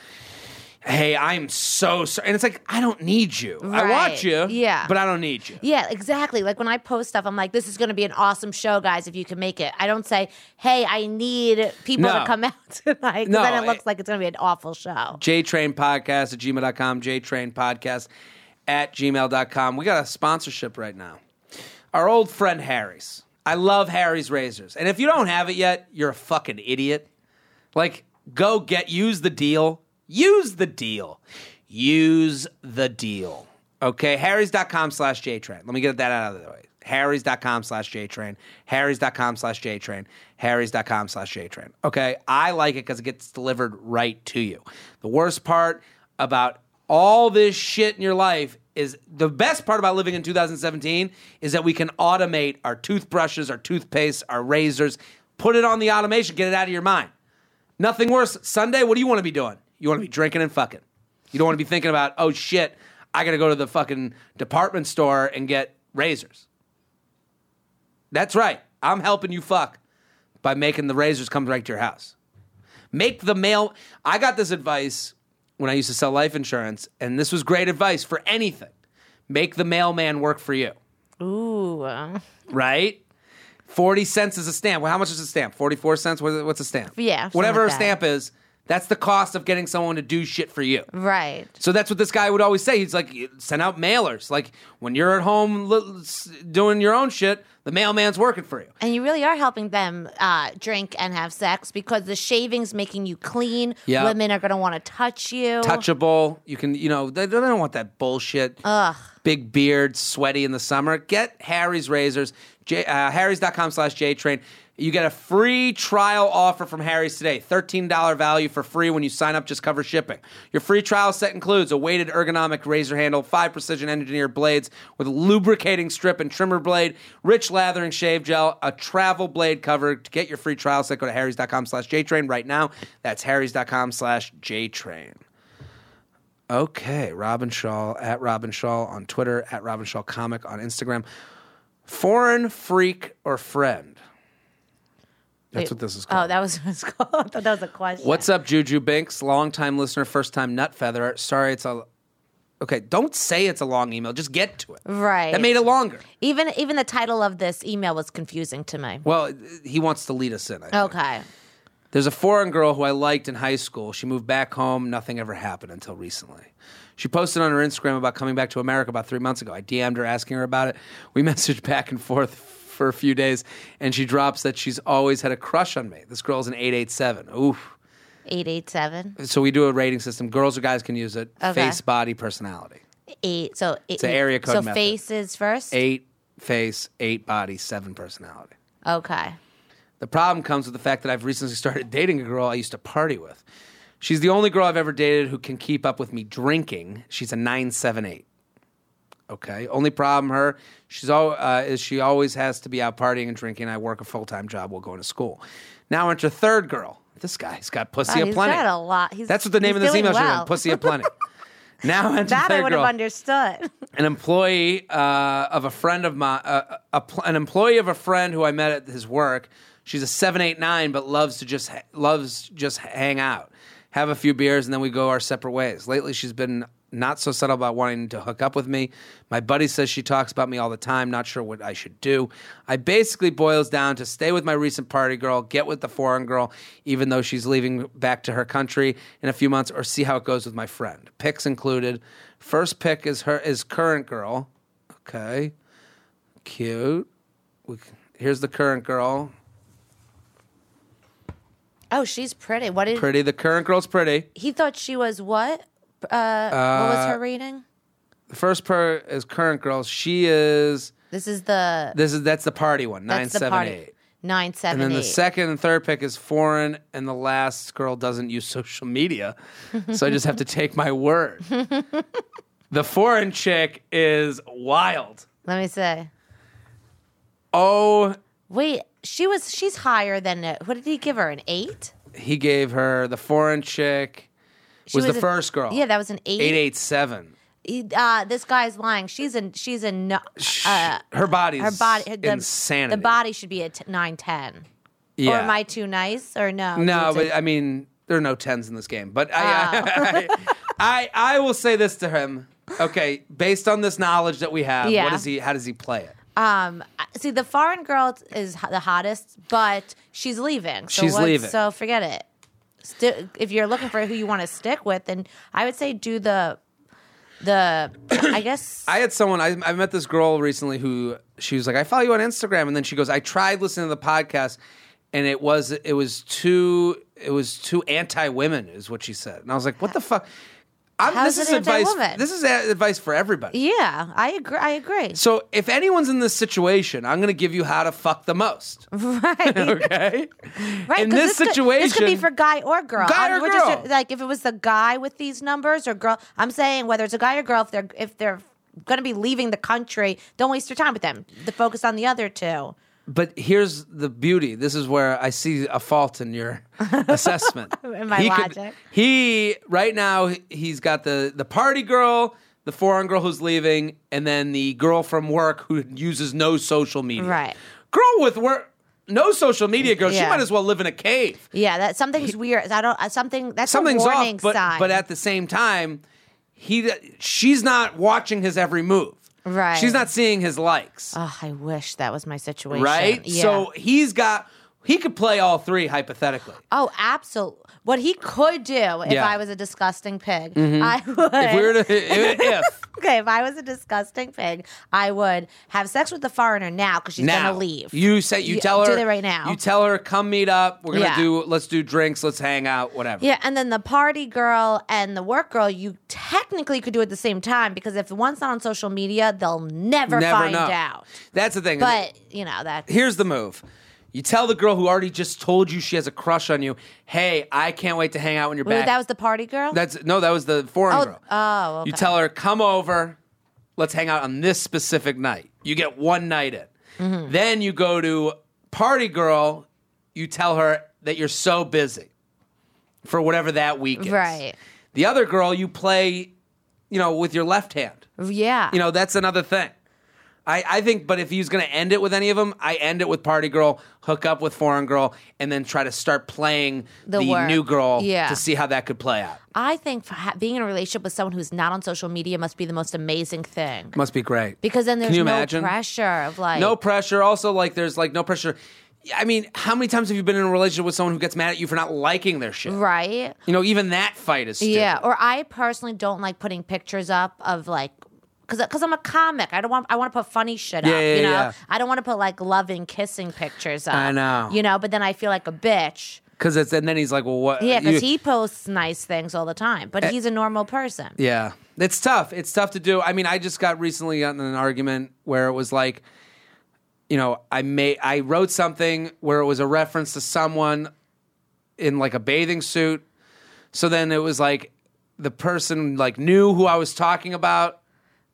hey, I'm so sorry, and it's like I don't need you. I want Right. you, Yeah. but I don't need you. Yeah, exactly. Like when I post stuff, I'm like, this is going to be an awesome show, guys, if you can make it. I don't say, hey, I need people No. to come out tonight. 'cause No, eh then it it- looks like it's going to be an awful show. jtrainpodcast at gmail.com, jtrainpodcast at gmail.com. We got a sponsorship right now. Our old friend Harry's. I love Harry's razors. And if you don't have it yet, you're a fucking idiot. Like, go get, use the deal. Use the deal. Use the deal. Okay, harrys.com slash jtrain. Let me get that out of the way. Harrys.com slash jtrain. Harrys.com slash jtrain. Harrys.com slash jtrain. Okay, I like it because it gets delivered right to you. The worst part about all this shit in your life is the best part about living in 2017 is that we can automate our toothbrushes, our toothpaste, our razors, put it on the automation, get it out of your mind. Nothing worse. Sunday, what do you want to be doing? You want to be drinking and fucking. You don't want to be thinking about, oh shit, I got to go to the fucking department store and get razors. That's right. I'm helping you fuck by making the razors come right to your house. Make the mail. I got this advice when I used to sell life insurance, and this was great advice for anything. Make the mailman work for you Ooh. uh, right? 40 cents is a stamp. Well, how much is a stamp? 44 cents? What- What's a stamp? Yeah, something Whatever like a that. stamp is, that's the cost of getting someone to do shit for you. Right. So that's what this guy would always say. He's like, send out mailers. Like, when you're at home li- s- doing your own shit, the mailman's working for you. And you really are helping them uh, drink and have sex because the shaving's making you clean. Yeah. Women are going to want to touch you. Touchable. You can, you know, they, they don't want that bullshit. Ugh. Big beard, sweaty in the summer. Get Harry's razors. J, uh, harrys.com slash jtrain. You get a free trial offer from Harry's today. $13 value for free when you sign up, just cover shipping. Your free trial set includes a weighted ergonomic razor handle, five precision engineered blades with lubricating strip and trimmer blade, rich lathering shave gel, a travel blade cover. To get your free trial set, go to harrys.com slash jtrain right now. That's harrys.com slash jtrain. Okay, Robin Shaw at Robin Shaw on Twitter, at Robin Shaw Comic on Instagram. Foreign freak or friend? That's what this is called. Oh, that was what it's called. I thought that was a question. What's up, Juju Binks? Longtime listener, first time nut feather. Sorry, it's a. Okay, don't say it's a long email. Just get to it. Right. That made it longer. even even the title of this email was confusing to me. Well, he wants to lead us in. I think. Okay. There's a foreign girl who I liked in high school. She moved back home. Nothing ever happened until recently. She posted on her Instagram about coming back to America about three months ago. I DM'd her asking her about it. We messaged back and forth for a few days, and she drops that she's always had a crush on me. This girl's an 887. Oof. 887. So we do a rating system. Girls or guys can use it. Okay. Face, body, personality. Eight. So it's an area code So method. faces first? Eight face, eight body, seven personality. Okay. The problem comes with the fact that I've recently started dating a girl I used to party with. She's the only girl I've ever dated who can keep up with me drinking. She's a 978. Okay. Only problem her, she's all, uh, is she always has to be out partying and drinking. I work a full-time job while going to school. Now enter third girl. This guy's got pussy Wow, a Oh, he's plenty. got a lot. He's- That's what the name he's of this doing email should have well. been, pussy a plenty. now enter That I third would girl have understood. an employee uh, of a friend of my uh, a pl- an employee of a friend who I met at his work. She's a seven eight nine, but loves to just ha- loves just hang out, have a few beers, and then we go our separate ways. Lately, she's been not so subtle about wanting to hook up with me. My buddy says she talks about me all the time. Not sure what I should do. I basically boils down to stay with my recent party girl, get with the foreign girl, even though she's leaving back to her country in a few months, or see how it goes with my friend. Picks included. First pick is her is current girl. Okay, cute. We, c- here's the current girl. oh, she's pretty. What did Pretty. The current girl's pretty. he thought she was what? Uh, what was her rating? The first per is current girl. She is. This is the This is that's the party one. Nine that's the seven party. eight. nine, And seven, then the eight. second and third pick is foreign, and the last girl doesn't use social media. So I just have to take my word. the foreign chick is wild. Let me say. Oh, Wait, she was. She's higher than. A, what did he give her? An eight? he gave her the foreign chick She was, the a- first girl. Yeah, that was an eight. eight eight seven. He- uh, this guy's lying. She's a. She's a. no- Uh, Her body's her body. her- the, insanity. The body should be a t- nine, ten. Or Yeah. am I too nice? Or no? No, It's a- but I mean, there are no tens in this game. But Ah. I, I, I, I will say this to him. Okay, based on this knowledge that we have, Yeah. what does he? How does he play it? Um, I- see, the foreign girl t- is ho- the hottest, but she's leaving. So She's what- leaving. So forget it. Sti- if you're looking for who you want to stick with, then I would say do the, the, I guess. I had someone. I, I met this girl recently who she was like, "I follow you on Instagram," and then she goes, "I tried listening to the podcast, and it was it was too it was too anti women," is what she said, and I was like, "What the fuck." I'm, How's this it is advice. anti-woman? This is a- advice for everybody. yeah, I agree. I agree. So if anyone's in this situation, I'm going to give you how to fuck the most. right. Okay. Right, In this 'cause could, this could be situation- for guy or girl. Guy I'm- or we're just- girl. like if it was the guy with these numbers or girl, I'm saying whether it's a guy or girl, if they're if they're going to be leaving the country, don't waste your time with them. The focus on the other two. But here's the beauty. This is where I see a fault in your assessment. In my logic. he right now he's got the the party girl, the foreign girl who's leaving, and then the girl from work who uses no social media. Right. Girl with work, no social media. Girl, she Yeah. might as well live in a cave. Yeah, that something's weird. I don't. uh, Something that's Something's a warning off. But sign. but at the same time, he she's not watching his every move. Right. She's not seeing his likes. oh, I wish that was my situation. right? Yeah. So he's got he could play all three hypothetically. oh, absolutely. What he could do if Yeah. Mm-hmm. I was a disgusting pig, I would. If we were to if, if okay, if I was a disgusting pig, I would have sex with the foreigner now because she's now gonna leave. you say you Yeah, tell her do that right now. You tell her come meet up. We're gonna Yeah. do let's do drinks. Let's hang out. Whatever. Yeah, and then the party girl and the work girl, you technically could do at the same time because if one's not on social media, they'll never, Never find know. out. That's the thing. But you know that here's the move. You tell the girl who already just told you she has a crush on you, "Hey, I can't wait to hang out when you're Wait, back." that was the party girl. That's no, that was the foreign Oh, girl. oh, You okay. tell her, come over, let's hang out on this specific night. You get one night in. Mm-hmm. Then you go to party girl, you tell her that you're so busy for whatever that week is. Right. The other girl you play, you know, with your left hand. yeah. You know, that's another thing. I, I think, but if he's going to end it with any of them, I end it with Party Girl, hook up with Foreign Girl, and then try to start playing the, The work. new girl Yeah. to see how that could play out. I think for ha- being in a relationship with someone who's not on social media must be the most amazing thing Must be great. because then Can there's you no imagine? pressure of like No pressure. Also, like, there's like no pressure. I mean, how many times have you been in a relationship with someone who gets mad at you for not liking their shit? right. You know, even that fight is stupid. Yeah, or I personally don't like putting pictures up of like because cause I'm a comic. I don't want I want to put funny shit Yeah, up, yeah, you know. yeah. I don't want to put like loving kissing pictures up. I know. You know, but then I feel like a bitch. Because it's, and then he's like, well, what? Yeah, you- Eh. because he posts nice things all the time, but he's a normal person. Yeah. It's tough. It's tough to do. I mean, I just got recently gotten in an argument where it was like, you know, I made I wrote something where it was a reference to someone in like a bathing suit. So then it was like the person like knew who I was talking about.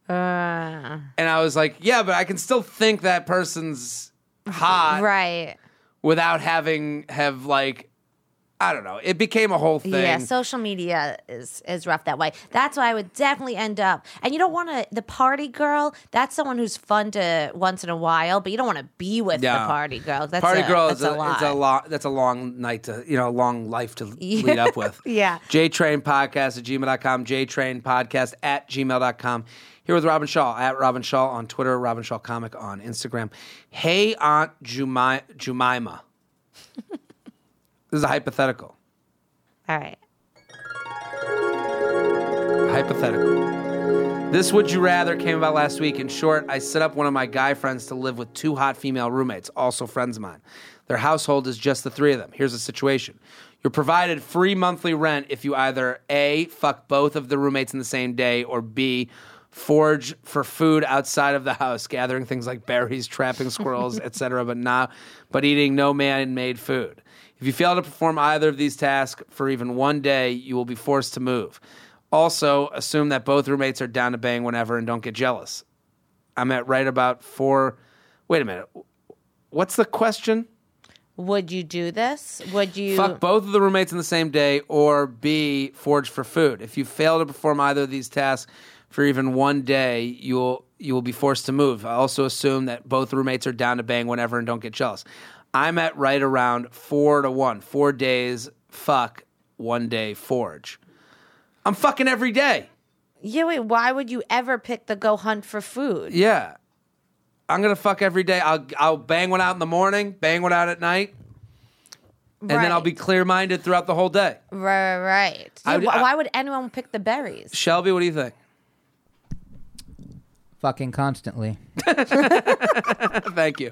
Uh. and I was like, yeah, but I can still think that person's hot Right. without having have like I don't know. It became a whole thing. Yeah, social media is is rough that way. That's why I would definitely end up. And you don't want to the party girl. That's someone who's fun to once in a while, but you don't want to be with Yeah. the party girl. That's Party a, girl that's is a, lot. it's a lot. That's a long night to you know, a long life to lead up with. Yeah. JTrain podcast at gmail.com, JTrain podcast at gmail.com. Here with Robin Shaw at Robin Shaw on Twitter, Robin Shaw Comic on Instagram. Hey Aunt Jumi- Jemima. this is a hypothetical. All right. Hypothetical. This would you rather came about last week. In short, I set up one of my guy friends to live with two hot female roommates, also friends of mine. Their household is just the three of them. Here's the situation. You're provided free monthly rent if you either A, fuck both of the roommates in the same day, or B, forage for food outside of the house, gathering things like berries, trapping squirrels, etc., but not but eating no man-made food. If you fail to perform either of these tasks for even one day, you will be forced to move. Also, assume that both roommates are down to bang whenever and don't get jealous. I'm at right about four. Wait a minute. What's the question? Would you do this? Would you? Fuck both of the roommates in the same day, or B, forge for food. If you fail to perform either of these tasks for even one day, you'll you will be forced to move. I also assume that both roommates are down to bang whenever and don't get jealous. I'm at right around four to one. Four days fuck, one day forge. I'm fucking every day. Yeah, wait. Why would you ever pick the go hunt for food? Yeah. I'm gonna fuck every day. I'll I'll bang one out in the morning, bang one out at night, and then I'll be clear minded throughout the whole day. right. right. I Yeah, would- wh- I- why would anyone pick the berries? Shelby, what do you think? Fucking constantly. Thank you.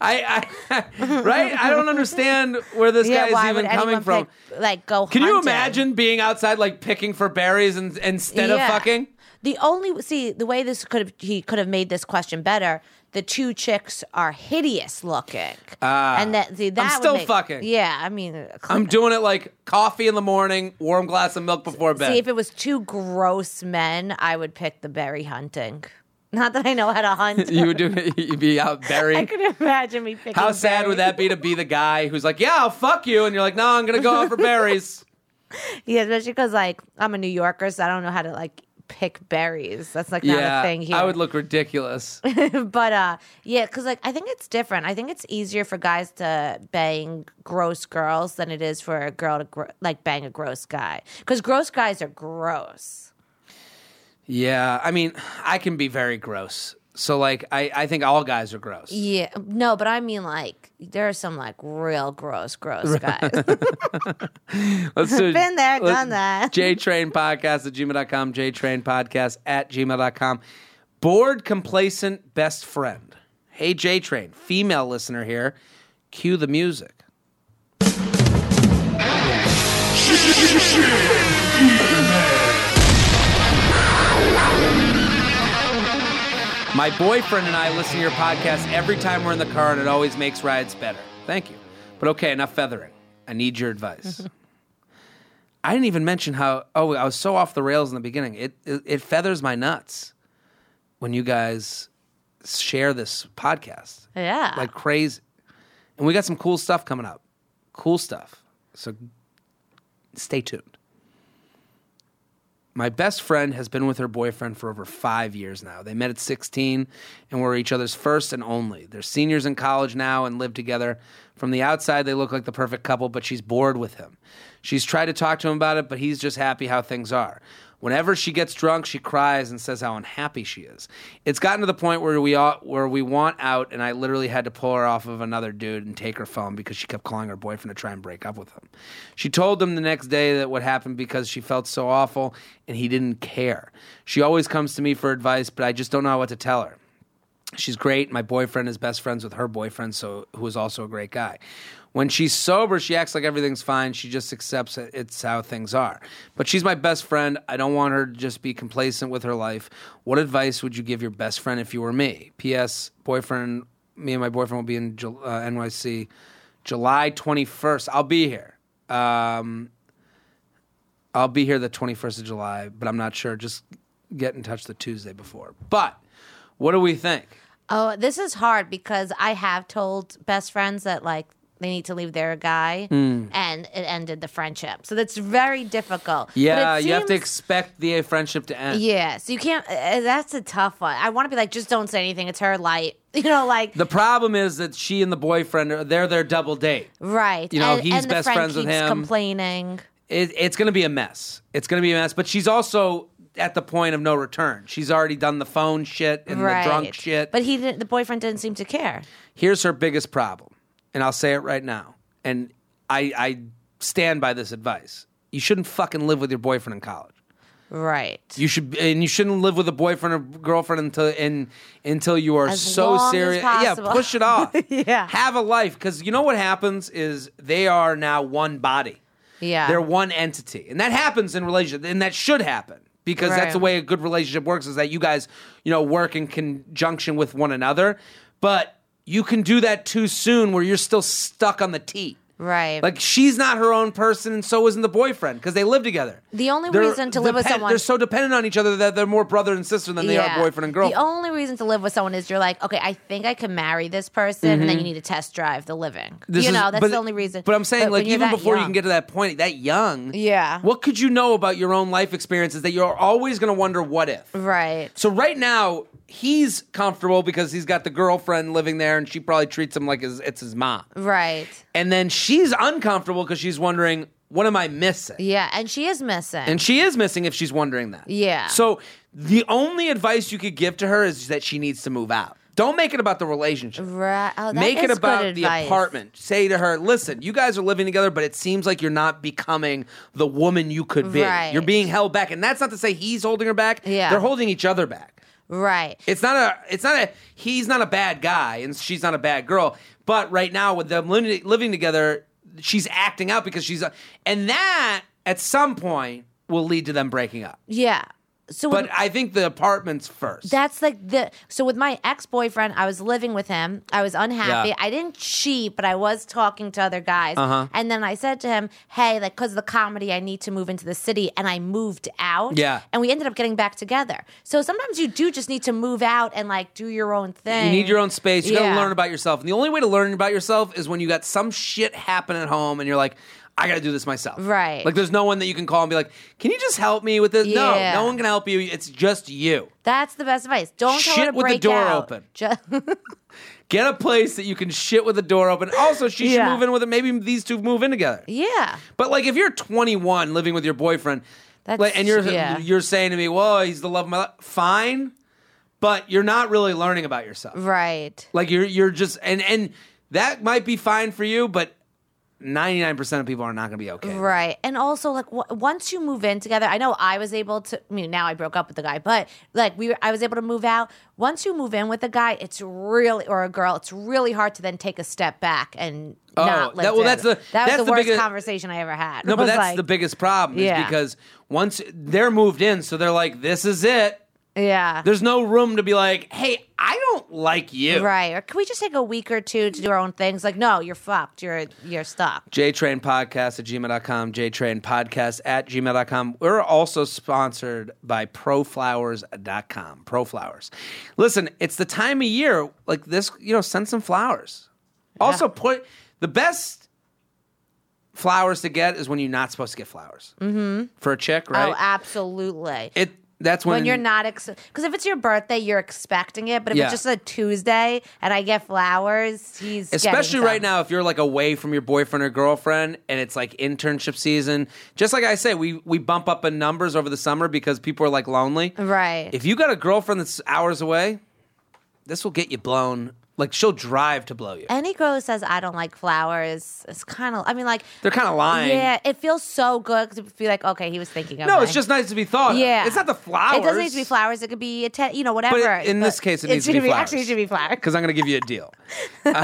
I, I right? I don't understand where this yeah, guy why is even would coming anyone from. pick like go? Can you hunting? imagine being outside like picking for berries and, instead Yeah. of fucking? The only see the way this could have he could have made this question better. The two chicks are hideous looking, and that see that would Ah, still make- fucking. Yeah, I mean, uh, I'm doing it like coffee in the morning, warm glass of milk before bed. see if it was two gross men, I would pick the berry hunting. Not that I know how to hunt. you would do it, you'd be out I berrying. could imagine me picking. How sad berries. would that be to be the guy who's like, "Yeah, I'll fuck you," and you're like, "No, I'm gonna go out for berries." Yeah, especially because like I'm a New Yorker, so I don't know how to like pick berries. That's like not yeah, a thing here. I would look ridiculous. but uh, yeah, because like I think it's different. I think it's easier for guys to bang gross girls than it is for a girl to gr- like bang a gross guy. Because gross guys are gross. yeah, I mean, I can be very gross. So like, I I think all guys are gross. Yeah, no, but I mean like there are some like real gross, gross guys. Let's do Been there, let- done that. JTrain podcast at gmail.com, JTrain podcast at gmail.com. Bored, complacent, best friend. Hey, JTrain, female listener here. Cue the music. My boyfriend and I listen to your podcast every time we're in the car, and it always makes rides better. Thank you. But okay, enough feathering. I need your advice. I didn't even mention how. Oh, I was so off the rails in the beginning. It it, it feathers my nuts when you guys share this podcast yeah, like crazy, and we got some cool stuff coming up. Cool stuff. So stay tuned. My best friend has been with her boyfriend for over five years now. They met at 16 and were each other's first and only. They're seniors in college now and live together. From the outside, they look like the perfect couple, but she's bored with him. She's tried to talk to him about it, but he's just happy how things are. Whenever she gets drunk, she cries and says how unhappy she is. It's gotten to the point where we all, where we want out, and I literally had to pull her off of another dude and take her phone because she kept calling her boyfriend to try and break up with him. She told him the next day that what happened because she felt so awful and he didn't care. She always comes to me for advice, but I just don't know what to tell her. She's great. My boyfriend is best friends with her boyfriend, so who is also a great guy. When she's sober, she acts like everything's fine. She just accepts it. it's how things are. But she's my best friend. I don't want her to just be complacent with her life. What advice would you give your best friend if you were me? P.S. Boyfriend, me and my boyfriend will be in Ju- uh, NYC July 21st. I'll be here. Um, I'll be here the 21st of July, but I'm not sure. Just get in touch the Tuesday before. But what do we think? Oh, this is hard because I have told best friends that like they need to leave their guy, Mm. and it ended the friendship. So that's very difficult. But Yeah, it you have to seems- expect the friendship to end. yeah, so you can't. Uh, that's a tough one. I want to be like, just don't say anything. It's her light, you know, like The problem is that she and the boyfriend are they're their double date. right. you know, and, he's and the best friend friends with keeps him. Complaining. It, it's going to be a mess. It's going to be a mess. But she's also at the point of no return. She's already done the phone shit and right. the drunk shit. But he didn't, the boyfriend didn't seem to care. here's her biggest problem, and I'll say it right now. And I, I stand by this advice. You shouldn't fucking live with your boyfriend in college. Right. You should, and you shouldn't live with a boyfriend or girlfriend until in, until you are As so long as serious. possible. Yeah, push it off. Yeah. have a life because you know what happens is they are now one body. yeah. They're one entity, and that happens in relation, and that should happen because that's Right. the way a good relationship works is that you guys, you know, work in conjunction with one another. But you can do that too soon where you're still stuck on the teat. Right. Like she's not her own person and so isn't the boyfriend because they live together. The only They're reason to live with depend- someone- They're so dependent on each other that they're more brother and sister than they are boyfriend and girlfriend. The only reason to live with someone is you're like, okay, I think I can marry this person, and then you need to test drive the living. Mm-hmm. This you is- know, that's but- the only reason. But I'm saying, when like, you're even that before you young- can get to that point, that young, Yeah. What could you know about your own life experiences that you're always going to wonder what if? right, So right now he's comfortable because he's got the girlfriend living there, and she probably treats him like his, it's his mom. right, And then she's uncomfortable because she's wondering, what am I missing? yeah, and she is missing. And she is missing if she's wondering that. Yeah. So the only advice you could give to her is that she needs to move out. Don't make it about the relationship. right, oh, that Make it is about good the advice. apartment. Say to her, listen, you guys are living together, but it seems like you're not becoming the woman you could be. Right. You're being held back. And that's not to say he's holding her back. Yeah. They're holding each other back. Right, It's not a it's not a he's not a bad guy and she's not a bad girl. But right now with them li- living together, she's acting out because she's a, and that at some point will lead to them breaking up. yeah. So But I think the apartment's first. That's like the so with my ex boyfriend, I was living with him. I was unhappy. Yeah. Uh-huh. I didn't cheat, but I was talking to other guys. And then I said to him, "Hey, like because of the comedy, I need to move into the city." And I moved out. Yeah. And we ended up getting back together. So sometimes you do just need to move out and like do your own thing. you need your own space. You Yeah. gotta learn about yourself. And the only way to learn about yourself is when you got some shit happen at home and you're like, I gotta do this myself. Right. Like there's no one that you can call and be like, Can you just help me with this? Yeah. No, no one can help you. It's just you. That's the best advice. Don't tell her Shit to with the break door out. open. Ju- Get a place that you can shit with the door open. Also, she should Yeah. move in with it. Maybe these two move in together. yeah. But like, if you're 21 living with your boyfriend, That's- like, and you're yeah. you're saying to me, "Whoa, he's the love of my life," fine, but you're not really learning about yourself. Right. Like you're you're just and and that might be fine for you, but 99 percent of people are not going to be okay. Right. And also, like, w- once you move in together, I know I was able to, I mean, now I broke up with the guy, but like, we were, I was able to move out. Once you move in with a guy, it's really, or a girl, it's really hard to then take a step back and Oh, not live that- well, together. that's the- that was that's the, the worst biggest- conversation I ever had. No, but Was that's like- the biggest problem is Yeah. because once they're moved in, so they're like, "This is it." Yeah. There's no room to be like, "Hey, I don't like you." Right. Or can we just take a week or two to do our own things? Like, no, you're fucked. You're, you're stuck. JTrain Podcast at gmail.com, JTrain Podcast at gmail.com. We're also sponsored by proflowers.com. Proflowers. Listen, it's the time of year like this, you know, send some flowers. Also, put the best flowers to get is when you're not supposed to get flowers. Mm-hmm. For a chick, right? Oh, absolutely. it that's when, when you're not because if it's your birthday you're expecting it but if Yeah. it's just a tuesday and i get flowers he's getting especially some. right now if you're like away from your boyfriend or girlfriend and it's like internship season just like i say we we bump up in numbers over the summer because people are like lonely right if you got a girlfriend that's hours away this will get you blown like she'll drive to blow you any girl who says i don't like flowers is kind of i mean like they're kind of lying yeah oh it feels so good to be like okay he was thinking of no me. it's just nice to be thought of. yeah it's not the flowers it doesn't need to be flowers it could be a te- you know whatever But in this case, it needs to should be flowers. actually it should be flowers because i'm going to give you a deal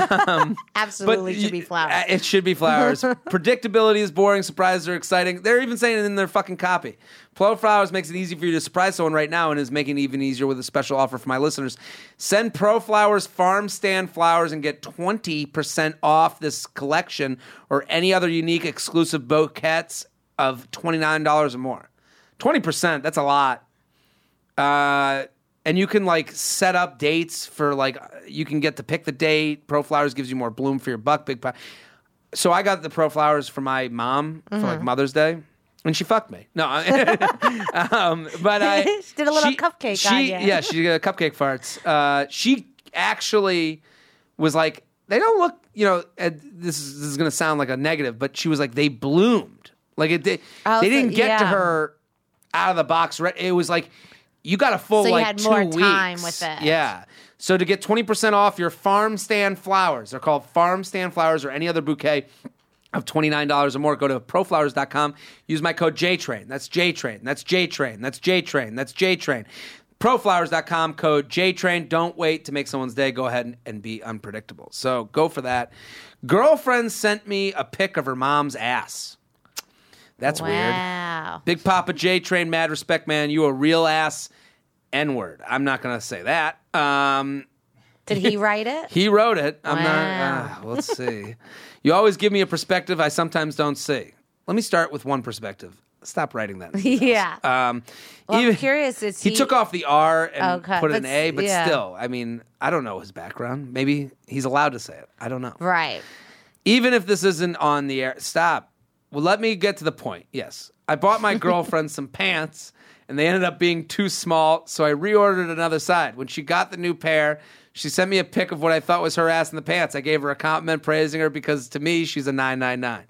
But absolutely you- should be flowers uh, It should be flowers. Predictability is boring. Surprises are exciting. They're even saying it in their fucking copy. Plow Flowers makes it easy for you to surprise someone right now and is making it even easier with a special offer for my listeners. Send Pro Flowers farm stand flowers and get 20% off this collection or any other unique exclusive bouquets of $29 or more. 20%, that's a lot. Uh, and you can like set up dates for like uh, you can get to pick the date. Pro Flowers gives you more bloom for your buck. Big pie. So I got the Pro Flowers for my mom for Mm-hmm. like Mother's Day, and she fucked me. No, I- um, but I She did a little cupcake She on ya. yeah, she did a cupcake farts. Uh, she actually was like, they don't look. You know, and this is, this is gonna sound like a negative, but she was like, they bloomed. Like it, they, Oh, they so- didn't get to yeah. her out of the box. Re- it was like you got a full So you like had two more weeks. time with it. Yeah. So to get twenty percent off your farm stand flowers, they're called farm stand flowers or any other bouquet of twenty nine dollars or more. Go to proflowers.com. Use my code JTrain. That's JTrain. That's JTrain. That's JTrain. That's JTrain. Proflowers.com code JTrain. Don't wait to make someone's day. Go ahead and, and be unpredictable. So go for that. Girlfriend sent me a pic of her mom's ass. That's weird. Wow. Big Papa J Train, mad respect, man. You a real ass N word. I'm not gonna say that. Um, Did he write it? he wrote it. I'm Wow. not. Uh, let's see. You always give me a perspective I sometimes don't see. Let me start with one perspective. Stop writing that. yeah. Um, well, even- I'm curious. Is He, he took off the R and Okay, put but an A, s- but yeah. still, I mean, I don't know his background. Maybe he's allowed to say it. I don't know. Right. Even if this isn't on the air, stop. Well, let me get to the point. Yes. I bought my girlfriend some pants and they ended up being too small, so I reordered another side. When she got the new pair, she sent me a pic of what I thought was her ass in the pants. I gave her a compliment praising her because to me, she's a 999.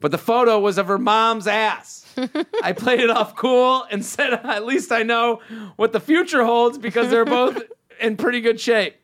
But the photo was of her mom's ass. I played it off cool and said, at least I know what the future holds because they're both in pretty good shape.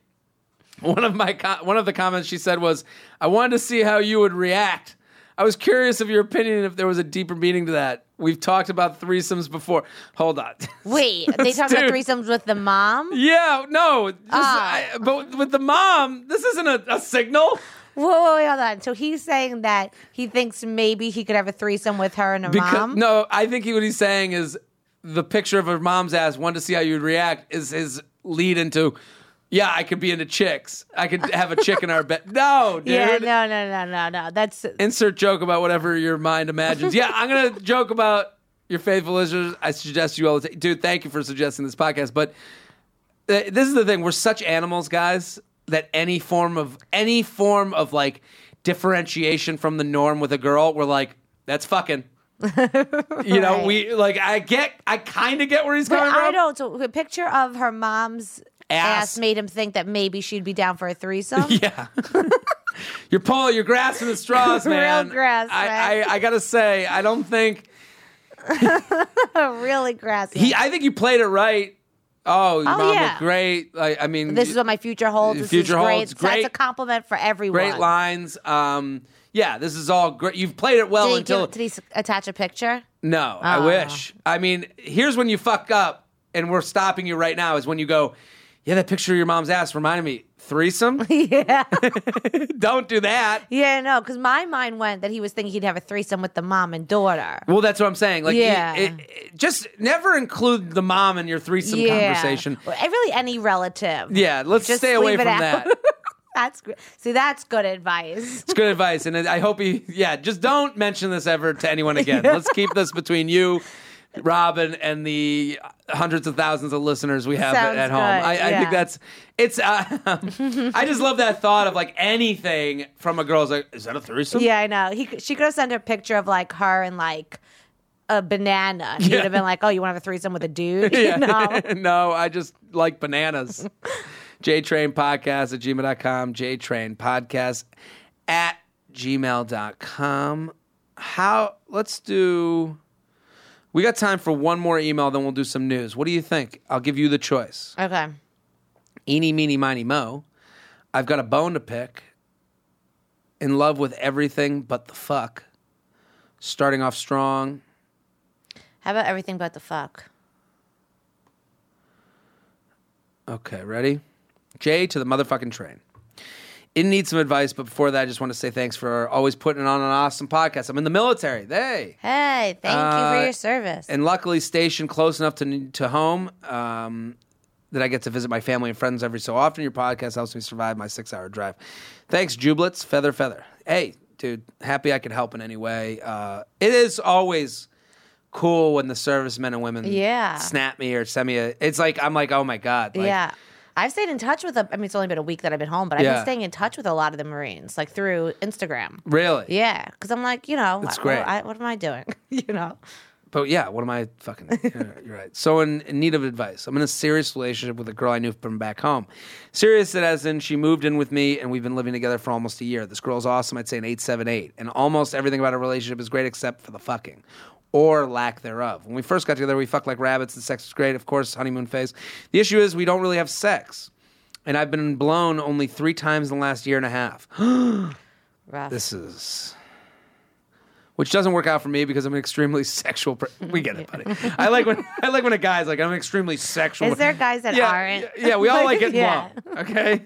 One of my co- one of the comments she said was, "I wanted to see how you would react. I was curious of your opinion if there was a deeper meaning to that. We've talked about threesomes before. Hold on. Wait, they talked about Dude. threesomes with the mom. yeah, no, this, Ah. I- but with the mom, this isn't a, a signal Whoa, whoa, wait, hold on. So he's saying that he thinks maybe he could have a threesome with her and her because mom. no, I think he, what he's saying is the picture of her mom's ass. Wanted to see how you'd react is his lead into." Yeah, I could be into chicks. I could have a chick in our bed. No, dude. yeah, no, no, no, no, no. That's insert joke about whatever your mind imagines. Yeah, I'm gonna joke about your faithful listeners. I suggest you all, the t- dude. Thank you for suggesting this podcast. But uh, this is the thing: we're such animals, guys, that any form of any form of like differentiation from the norm with a girl, we're like, that's fucking. you know, Right. we like. I get. I kind of get where he's But coming I from. don't. So a picture of her mom's ass. Ass. made him think that maybe she'd be down for a threesome. Yeah. you're pulling, you're grasping the straws, Real man. grass, I, man. I, I gotta say, I don't think really grassy. He, I think you played it right. Oh, your Oh, mom yeah. looked great. Like, I mean, this is what my future holds. This Future is great. holds, So great- That's a compliment for everyone. great lines. Um, yeah, this is all great. You've played it well Did he, until give- did he s- attach a picture? no. I Oh. wish. I mean, here's when you fuck up, and we're stopping you right now. Is when you go, yeah, that picture of your mom's ass reminded me threesome. Yeah. Don't do that. yeah, no, because my mind went that he was thinking he'd have a threesome with the mom and daughter. Well, that's what I'm saying. Like, it- Yeah. it, it- just never include the mom in your threesome yeah. conversation. Or really, any relative. Yeah, let's Just stay away leave it from out. that. That's gr- see, that's good advice. It's good advice, and I hope he. Yeah, just don't mention this ever to anyone again. Let's keep this between you, Robin, and the hundreds of thousands of listeners we have Sounds at home. I, good, I think yeah. that's it's. Uh, I just love that thought of like anything from a girl's like, is that a threesome? Yeah, I know. He c- she could have sent a picture of like her and like a banana. He Yeah. would have been like, "Oh, you want to have a threesome with a dude?" Yeah. You know? no, I just like bananas. JTrain Podcast at gmail.com, JTrain Podcast at gmail.com. How, let's do, we got time for one more email, then we'll do some news. What do you think? I'll give you the choice. Okay. Eeny, meeny, miny, mo. I've got a bone to pick. In love with everything but the fuck. Starting off strong. How about everything but the fuck? Okay, ready? Jay to the motherfucking train. It needs some advice, but before that, I just want to say thanks for always putting on an awesome podcast. I'm in the military. Hey. Hey, thank you Uh, for your service. And luckily, stationed close enough to, to home um, that I get to visit my family and friends every so often. Your podcast helps me survive my six hour drive. Thanks, Jublets. Feather, feather. Hey, dude, happy I could help in any way. Uh, it is always cool when the servicemen and women Yeah. snap me or send me a. It's like, I'm like, oh my God. Like, yeah. I've stayed in touch with a, I mean, it's only been a week that I've been home, but I've Yeah. been staying in touch with a lot of the Marines, like through Instagram. Really? Yeah. Because I'm like, you know, That's I- great. I- what am I doing? you know? But yeah, what am I fucking? you're- You're right. So in, in need of advice, I'm in a serious relationship with a girl I knew from back home. Serious that as in she moved in with me and we've been living together for almost a year. This girl's awesome. I'd say an eight seven eight, and almost everything about our relationship is great except for the fucking. Or lack thereof. When we first got together, we fucked like rabbits, and sex was great, of course, honeymoon phase. The issue is we don't really have sex, and I've been blown only three times in the last year and a half. Rough. This is. Which doesn't work out for me because I'm an extremely sexual. Per- we get it, buddy. I like when I like when a guy's like I'm an extremely sexual. Is there guys that yeah, aren't? Yeah, we all like it. Yeah. Mom, okay.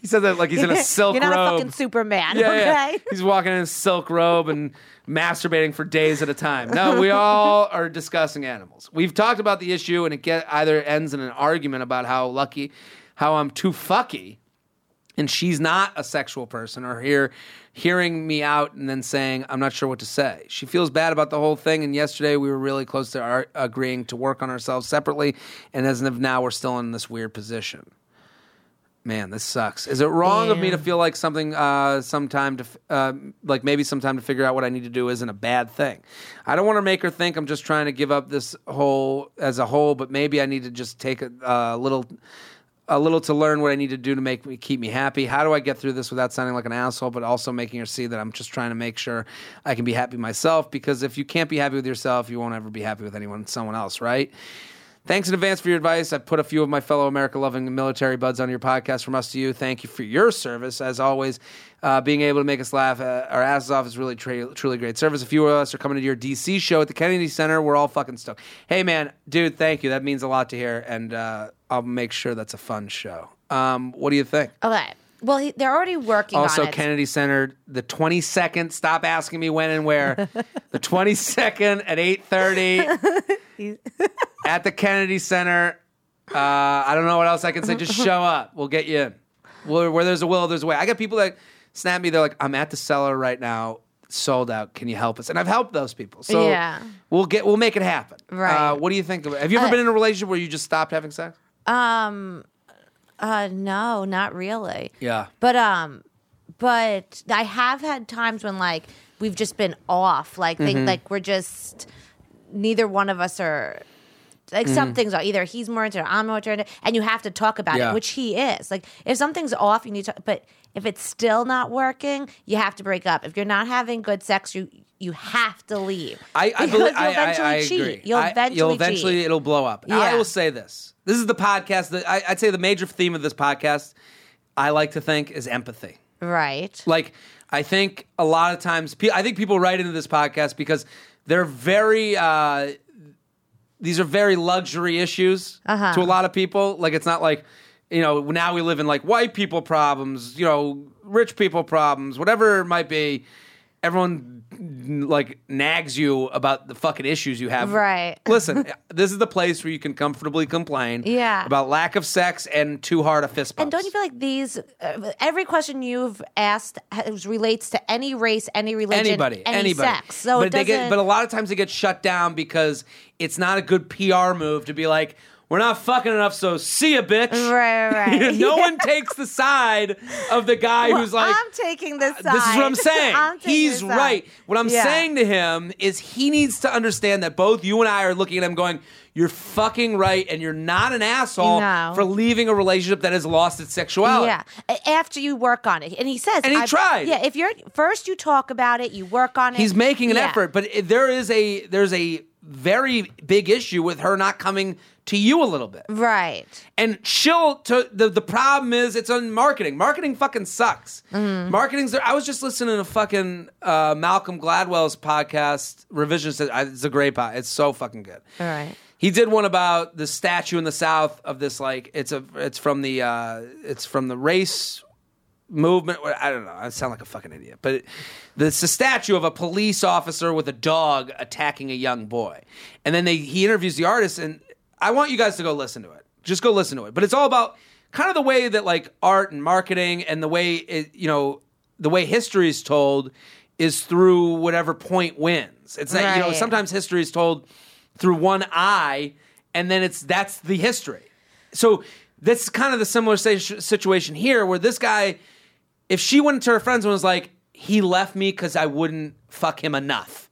He says that like he's in a silk You're not robe. a fucking Superman, Yeah, yeah. okay? He's walking in a silk robe and masturbating for days at a time. No, we all are discussing animals. We've talked about the issue, and it get, either ends in an argument about how lucky, how I'm too fucky, and she's not a sexual person, or here hearing me out and then saying I'm not sure what to say. She feels bad about the whole thing, and yesterday we were really close to our, agreeing to work on ourselves separately, and as of now, we're still in this weird position. Man, this sucks. Is it wrong of me to Damn. feel like something, uh, sometime to, f- uh, like maybe sometime to figure out what I need to do isn't a bad thing? I don't want to make her think I'm just trying to give up this whole as a whole, but maybe I need to just take a, a little, a little to learn what I need to do to make me keep me happy. How do I get through this without sounding like an asshole, but also making her see that I'm just trying to make sure I can be happy myself? Because if you can't be happy with yourself, you won't ever be happy with anyone, someone else, right? Thanks in advance for your advice. I put a few of my fellow America loving military buds on your podcast from us to you. Thank you for your service. As always, uh, being able to make us laugh uh, our asses off is really tra- truly great service. A few of us are coming to your DC show at the Kennedy Center. We're all fucking stoked. Hey, man, dude, thank you. That means a lot to hear, and uh, I'll make sure that's a fun show. Um, what do you think? Okay. Well, he, they're already working Also, on it. Kennedy Center, the 22nd. Stop asking me when and where. the 22nd at 8:30 at the Kennedy Center. Uh, I don't know what else I can say. Just show up. We'll get you in. Where, where there's a will, there's a way. I got people that snap me. They're like, "I'm at the cellar right now, sold out. Can you help us?" And I've helped those people. So Yeah. we'll get we'll make it happen. Right. Uh, what do you think? of it? Have you ever Uh, been in a relationship where you just stopped having sex? Um, uh, no, not really. Yeah. But um, but I have had times when like we've just been off, like think Mm-hmm. like we're just neither one of us are. Like some things are either he's more into it, or I'm more into it, and you have to talk about Mm-hmm. Yeah. it, which he is. Like if something's off, you need to. But if it's still not working, you have to break up. If you're not having good sex, you you have to leave. I, I Because believe you'll eventually I, I, I cheat. agree. You'll I- eventually, you'll eventually cheat. it'll blow up. I Yeah. will say this: this is the podcast that I, I'd say the major theme of this podcast. I like to think is empathy. right? Like I think a lot of times, pe- I think people write into this podcast because they're very. Uh, these are very luxury issues Uh-huh. to a lot of people. Like it's not like you know now we live in like white people problems, you know, rich people problems, whatever it might be. Everyone like nags you about the fucking issues you have. Right. Listen, this is the place where you can comfortably complain. Yeah. About lack of sex and too hard a fist. And don't you feel like these? Uh, every question you've asked has, relates to any race, any religion, anybody, any anybody. sex. So but it they doesn't. get, but a lot of times they get shut down because it's not a good PR move to be like, we're not fucking enough, so see ya, bitch. Right, right, right. no one takes the side of the guy Well, who's like. "Uh, I'm taking this side. this is what I'm saying. I'm taking He's this side. right. What I'm Yeah. saying to him is he needs to understand that both you and I are looking at him going, You're fucking right, and you're not an asshole No. for leaving a relationship that has lost its sexuality. Yeah. A- After you work on it, and he says, And he I- tried. Yeah. If you're first, you talk about it. You work on it. he's making an Yeah. effort but it- there is a there's a very big issue with her not coming to you a little bit Right. and she'll to the, the problem is it's on marketing marketing fucking sucks Mm-hmm. marketing's i was just listening to fucking uh, malcolm gladwell's podcast revisionist I- it's a great pod it's so fucking good All right. he did one about the statue in the South of this like it's a it's from the uh, it's from the race movement. I don't know. I sound like a fucking idiot, but it, it's a statue of a police officer with a dog attacking a young boy, and then they he interviews the artist, and I want you guys to go listen to it. Just go listen to it. But it's all about kind of the way that like art and marketing and the way it you know the way history is told is through whatever point wins. It's not you know Right. sometimes history is told through one eye, and then it's that's the history. So that's kind of the similar sa- situation here, where this guy, if she went to her friends and was like, "He left me because I wouldn't fuck him enough,"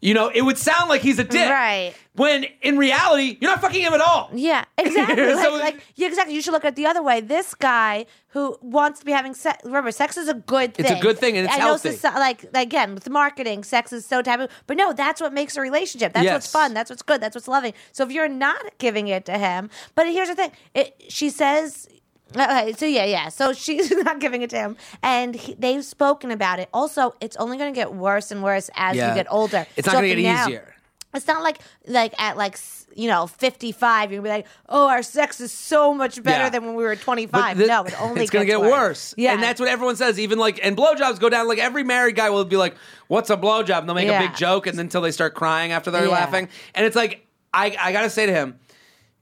you know, it would sound like he's a dick, Right. When in reality, you're not fucking him at all. Yeah, exactly. like, So- like- yeah, exactly. You should look at it the other way. This guy who wants to be having sex. Remember, sex is a good thing. It's a good thing and it's I know healthy. soci- like again with marketing, sex is so taboo. But no, that's what makes a relationship. That's Yes. what's fun. That's what's good. That's what's loving. So if you're not giving it to him, but here's the thing. It, she says. Okay, so yeah, yeah. So she's not giving it to him, and he, they've spoken about it. Also, it's only going to get worse and worse as Yeah. you get older. It's not So going if to get now- easier. It's not like like at like s- you know 55 you're gonna be like oh our sex is so much better Yeah. than when we were But 25 thi- no it only it's gonna gets get worse. yeah and that's what everyone says. Even like, and blowjobs go down. Like every married guy will be like, "What's a blowjob?" And they'll make Yeah. a big joke, and until they start crying after they're Yeah. laughing, and it's like, I, I gotta say to him,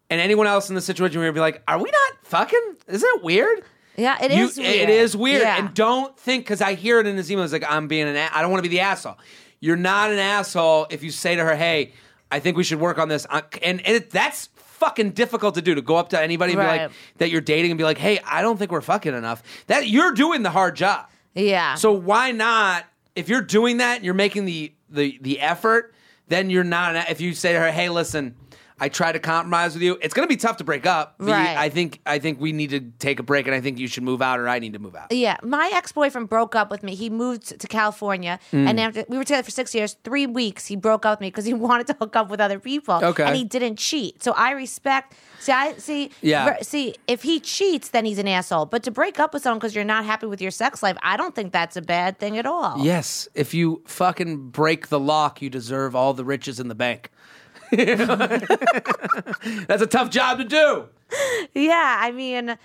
and anyone else in the situation, we're gonna be like, "Are we not fucking? Isn't it weird?" yeah it You- is weird. It is weird. Yeah. And don't think because I hear it in his emails like I'm being an. A- I don't want to be the asshole. You're not an asshole if you say to her, "Hey, I think we should work on this." I- And and it, that's fucking difficult to do to go up to anybody and be Right. like that you're dating and be like, "Hey, I don't think we're fucking enough." That you're doing the hard job. yeah So why not? If you're doing that, and you're making the the the effort. Then you're not. An, if you say to her, "Hey, listen, I try to compromise with you," it's going to be tough to break up. The- Right. I think I think we need to take a break, and I think you should move out, or I need to move out. Yeah, my ex boyfriend broke up with me. He moved to California, and Mm. after we were together for six years, three weeks, he broke up with me because he wanted to hook up with other people. Okay. and he didn't cheat. So I respect. See, I see. Yeah. ver- See, if he cheats, then he's an asshole. But to break up with someone because you're not happy with your sex life, I don't think that's a bad thing at all. Yes, if you fucking break the lock, you deserve all the riches in the bank. That's a tough job to do. Yeah, I mean.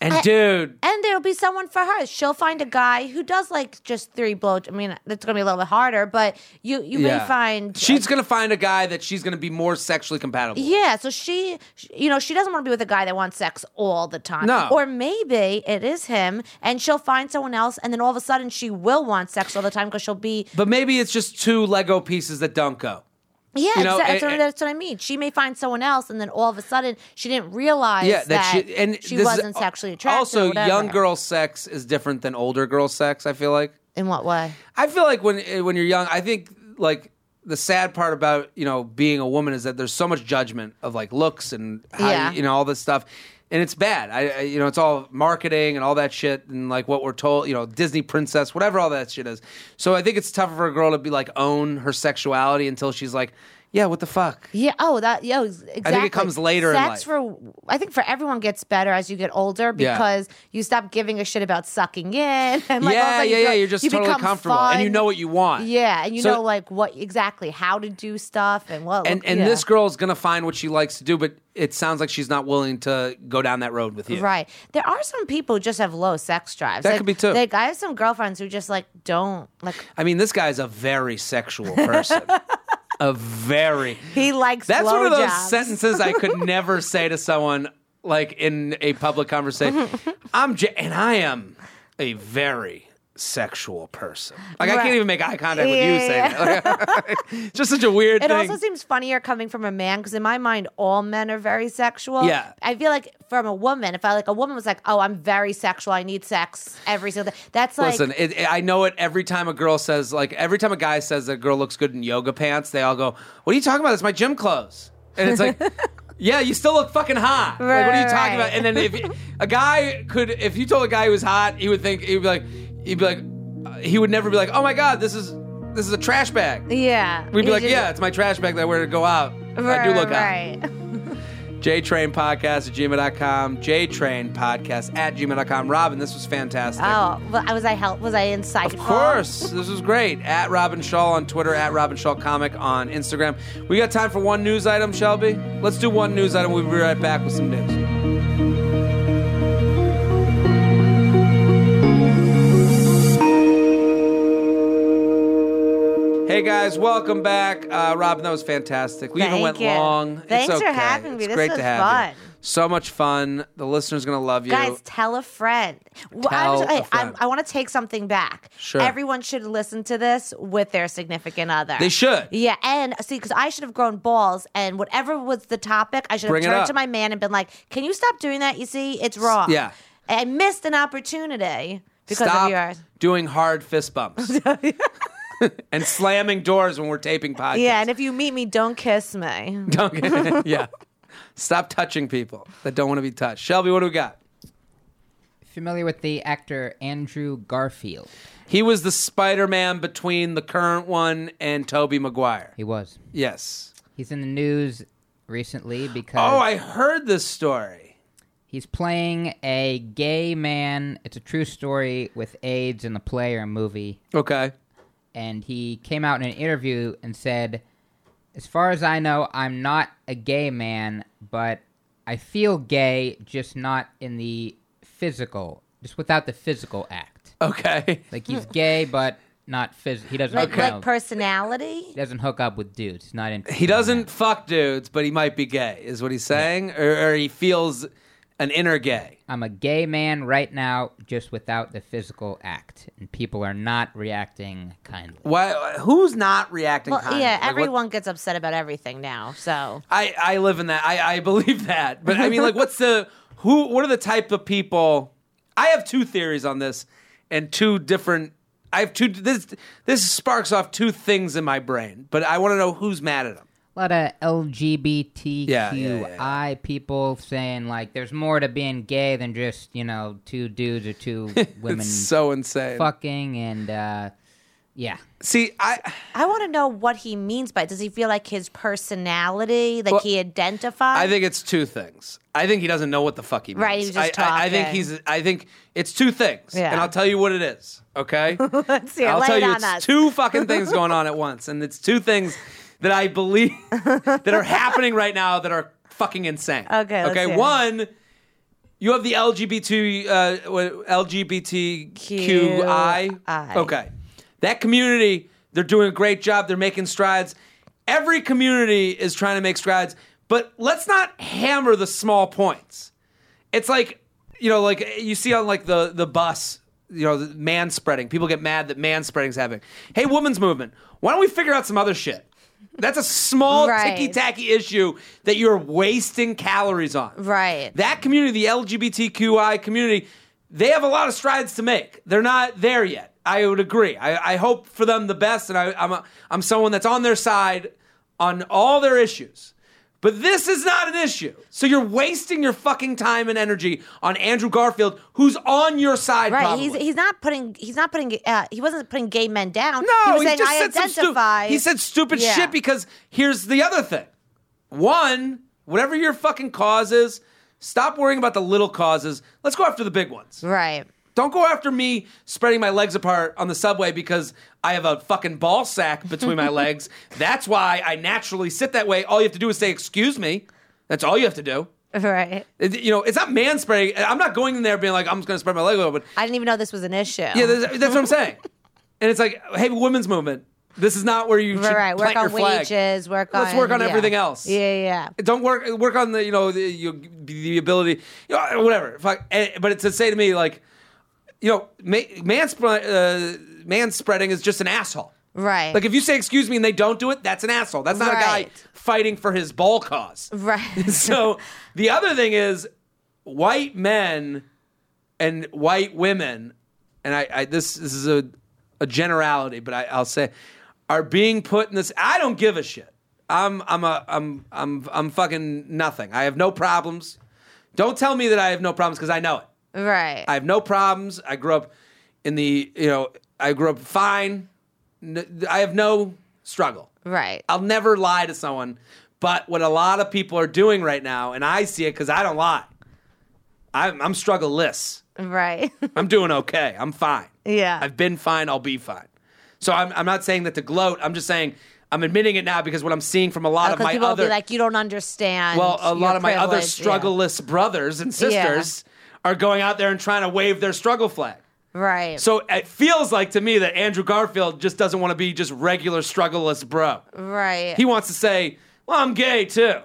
And dude, And there'll be someone for her. She'll find a guy who does like just three blow. I mean, it's gonna be a little bit harder, but you you yeah. may find she's gonna find a guy that she's gonna be more sexually compatible. Yeah, so she, sh- you know, she doesn't want to be with a guy that wants sex all the time. No. Or maybe it is him and she'll find someone else and then all of a sudden she will want sex all the time because she'll be. But maybe it's just two Lego pieces that don't go. Yeah, You know, eh, exa- that's, and- what, that's what I mean. She may find someone else and then all of a sudden she didn't realize Yeah, that, that, she and she this is- wasn't sexually attracted. or Also, whatever. young girl sex is different than older girl sex. I feel like. In what way? I feel like when eh, when you're young, I think like the sad part about you know being a woman is that there's so much judgment of like looks and how Yeah. you, you know all this stuff, and it's bad. I, I you know it's all marketing and all that shit and like what we're told you know Disney princess whatever all that shit is. So I think it's tougher for a girl to be like own her sexuality until she's like, yeah, what the fuck? Yeah. Oh, that. Yeah. ex- Exactly. comes later in Sex life. for. I think for everyone gets better as you get older Yeah. because you stop giving a shit about sucking in. And like, all of a yeah, sudden yeah, you yeah. go- You're just you totally become comfortable and you fun. know what you want. Yeah, and you So- know like what exactly how to do stuff and what and and yeah. this girl's gonna find what she likes to do, but it sounds like she's not willing to go down that road with you. Right. There are some people who just have low sex drives. That Like- could be too. Like I have some girlfriends who just like don't like I mean, this guy's a very sexual person. a very. he likes That's one of those blowjobs. sentences I could never say to someone like in a public conversation. I'm J- and I am a very sexual person. Like I Right. can't even make eye contact with you Yeah, saying it. Like, just such a weird It thing. also seems funnier coming from a man because in my mind, all men are very sexual. Yeah. I feel like from a woman, if I like a woman was like, "Oh, I'm very sexual. I need sex every single day." That's like, Listen, it, it- I know it every time a girl says, like, every time a guy says that a girl looks good in yoga pants, they all go, What are you talking about? It's my gym clothes. And it's like, Yeah, you still look fucking hot. like, what are you Right, talking about? right. And then if a guy could, if you told a guy he was hot, he would think, he'd be like, he'd be like, uh, he would never be like, Oh my God, this is, this is a trash bag. yeah, We'd be You like, just- Yeah, it's my trash bag that I wear to go out. I do Right, look hot. right. JTrain Podcast at gmail.com, JTrain Podcast at gmail.com. Robin, this was fantastic. Oh, well, I was I help? Was I insightful? Of course. this is great. At Robin Shaw on Twitter, at Robin Shaw Comic on Instagram. We got time for one news item, Shelby? Let's do one news item. We'll be right back with some news. Hey guys, welcome back. Uh, Robin, that was fantastic. We even Thank went you. long. Thanks it's for okay. having me. It's This great was to have fun. you. So much fun. The listeners gonna love you. Guys, tell a friend. Well, I, Tell was, a hey, friend. I, I want to take something back. Sure. Everyone should listen to this with their significant other. They should. Yeah, and see, because I should have grown balls, and whatever was the topic, I should Bring it have turned up. to my man and been like, "Can you stop doing that? You see, it's wrong." yeah. And I missed an opportunity because Stop of yours. doing hard fist bumps and slamming doors when we're taping podcasts. Yeah, and if you meet me, don't kiss me. Don't- yeah. Stop touching people that don't want to be touched. Shelby, what do we got? Familiar with the actor Andrew Garfield? He was the Spider-Man between the current one and Toby Maguire. He was. Yes. He's in the news recently because Oh, I heard this story. he's playing a gay man. It's a true story with AIDS in the play or movie. Okay. and he came out in an interview and said As far as I know, I'm not a gay man, but I feel gay, just not in the physical, just without the physical act. Okay. Like he's gay, but not phys. He doesn't. Like, you know, like personality? he doesn't hook up with dudes. He's not in. He doesn't fuck dudes, but he might be gay, is what he's saying, or, or he feels an inner gay. I'm a gay man right now, just without the physical act, and people are not reacting kindly. Why? Who's not reacting? Well, kindly? yeah, Like, what- everyone gets upset about everything now. So I I live in that. I I believe that. But I mean, like, what's the who? What are the type of people? I have two theories on this, and two different. I have two. This this sparks off two things in my brain, but I want to know who's mad at him. A lot of LGBTQI Yeah, yeah, people saying like, "There's more to being gay than just you know two dudes or two women It's so insane. fucking." And uh, yeah, See, I I want to know what he means by it. Does he feel like his personality, like Well, he identifies? I think it's two things. I think he doesn't know what the fuck he means. Right, he was just I, I, I talking. think he's. I think it's two things, Yeah. and I'll tell you what it is. Okay. Let's hear. it. I'll Lay tell it you, on it's us. two fucking things going on at once, and it's two things that I believe that are happening right now that are fucking insane. Okay, let's okay. hear it. One, you have the LGBT uh, what- LGBTQI. QI. Okay, that community they're doing a great job. They're making strides. Every community is trying to make strides, but let's not hammer the small points it's like you know like you see on like the the bus you know the man spreading people get mad that man spreading's happening hey women's movement why don't we figure out some other shit that's a small Right. ticky tacky issue that you're wasting calories on Right. that community the lgbtqi community they have a lot of strides to make they're not there yet i would agree i, I hope for them the best and I, I'm, a, I'm someone that's on their side on all their issues but this is not an issue. So you're wasting your fucking time and energy on Andrew Garfield, who's on your side. Right, probably. he's he's not putting he's not putting uh, he wasn't putting gay men down. no, he was saying just I said some stu- identify. he said stupid Yeah. shit because here's the other thing. One, whatever your fucking cause is, stop worrying about the little causes. Let's go after the big ones. right, Don't go after me spreading my legs apart on the subway because I have a fucking ball sack between my legs. That's why I naturally sit that way. All you have to do is say, "Excuse me." That's all you have to do. right. It- you know, it's not man spraying. I'm not going in there being like, I'm just going to spread my leg open. I didn't even know this was an issue. Yeah, that's, that's what I'm saying. And it's like, hey, women's movement. This is not where you should right. right. Work plant on your flag. wages. Work on Let's work on yeah. everything else. Yeah, yeah. yeah. Don't work work on the you know the, you, the ability, you know, whatever. Fuck. Eh, But it's to say to me like, you know, ma- man sp- uh, man spreading is just an asshole. Right. Like if you say excuse me and they don't do it, that's an asshole. That's not a guy Right. fighting for his ball cause. right. so the other thing is white men and white women and i, I this, this is a, a generality but I, i'll say are being put in this i don't give a shit i'm i'm a i'm i'm i'm fucking nothing i have no problems don't tell me that i have no problems because i know it Right. I have no problems. I grew up in the, you know, I grew up fine. N- I have no struggle. Right. I'll never lie to someone. But what a lot of people are doing right now, and I see it because I don't lie. I'm, I'm struggleless. right. I'm doing okay. I'm fine. Yeah. I've been fine. I'll be fine. So I'm, I'm not saying that to gloat. I'm just saying I'm admitting it now because what I'm seeing from a lot of Because my Oh, people other will be like, you don't understand. well, a your lot of my other privilege." Yeah. struggleless brothers and sisters are going out there and trying to wave their struggle flag. Right. So it feels like to me that Andrew Garfield just doesn't want to be just regular struggleless bro. right. He wants to say, "Well, I'm gay too."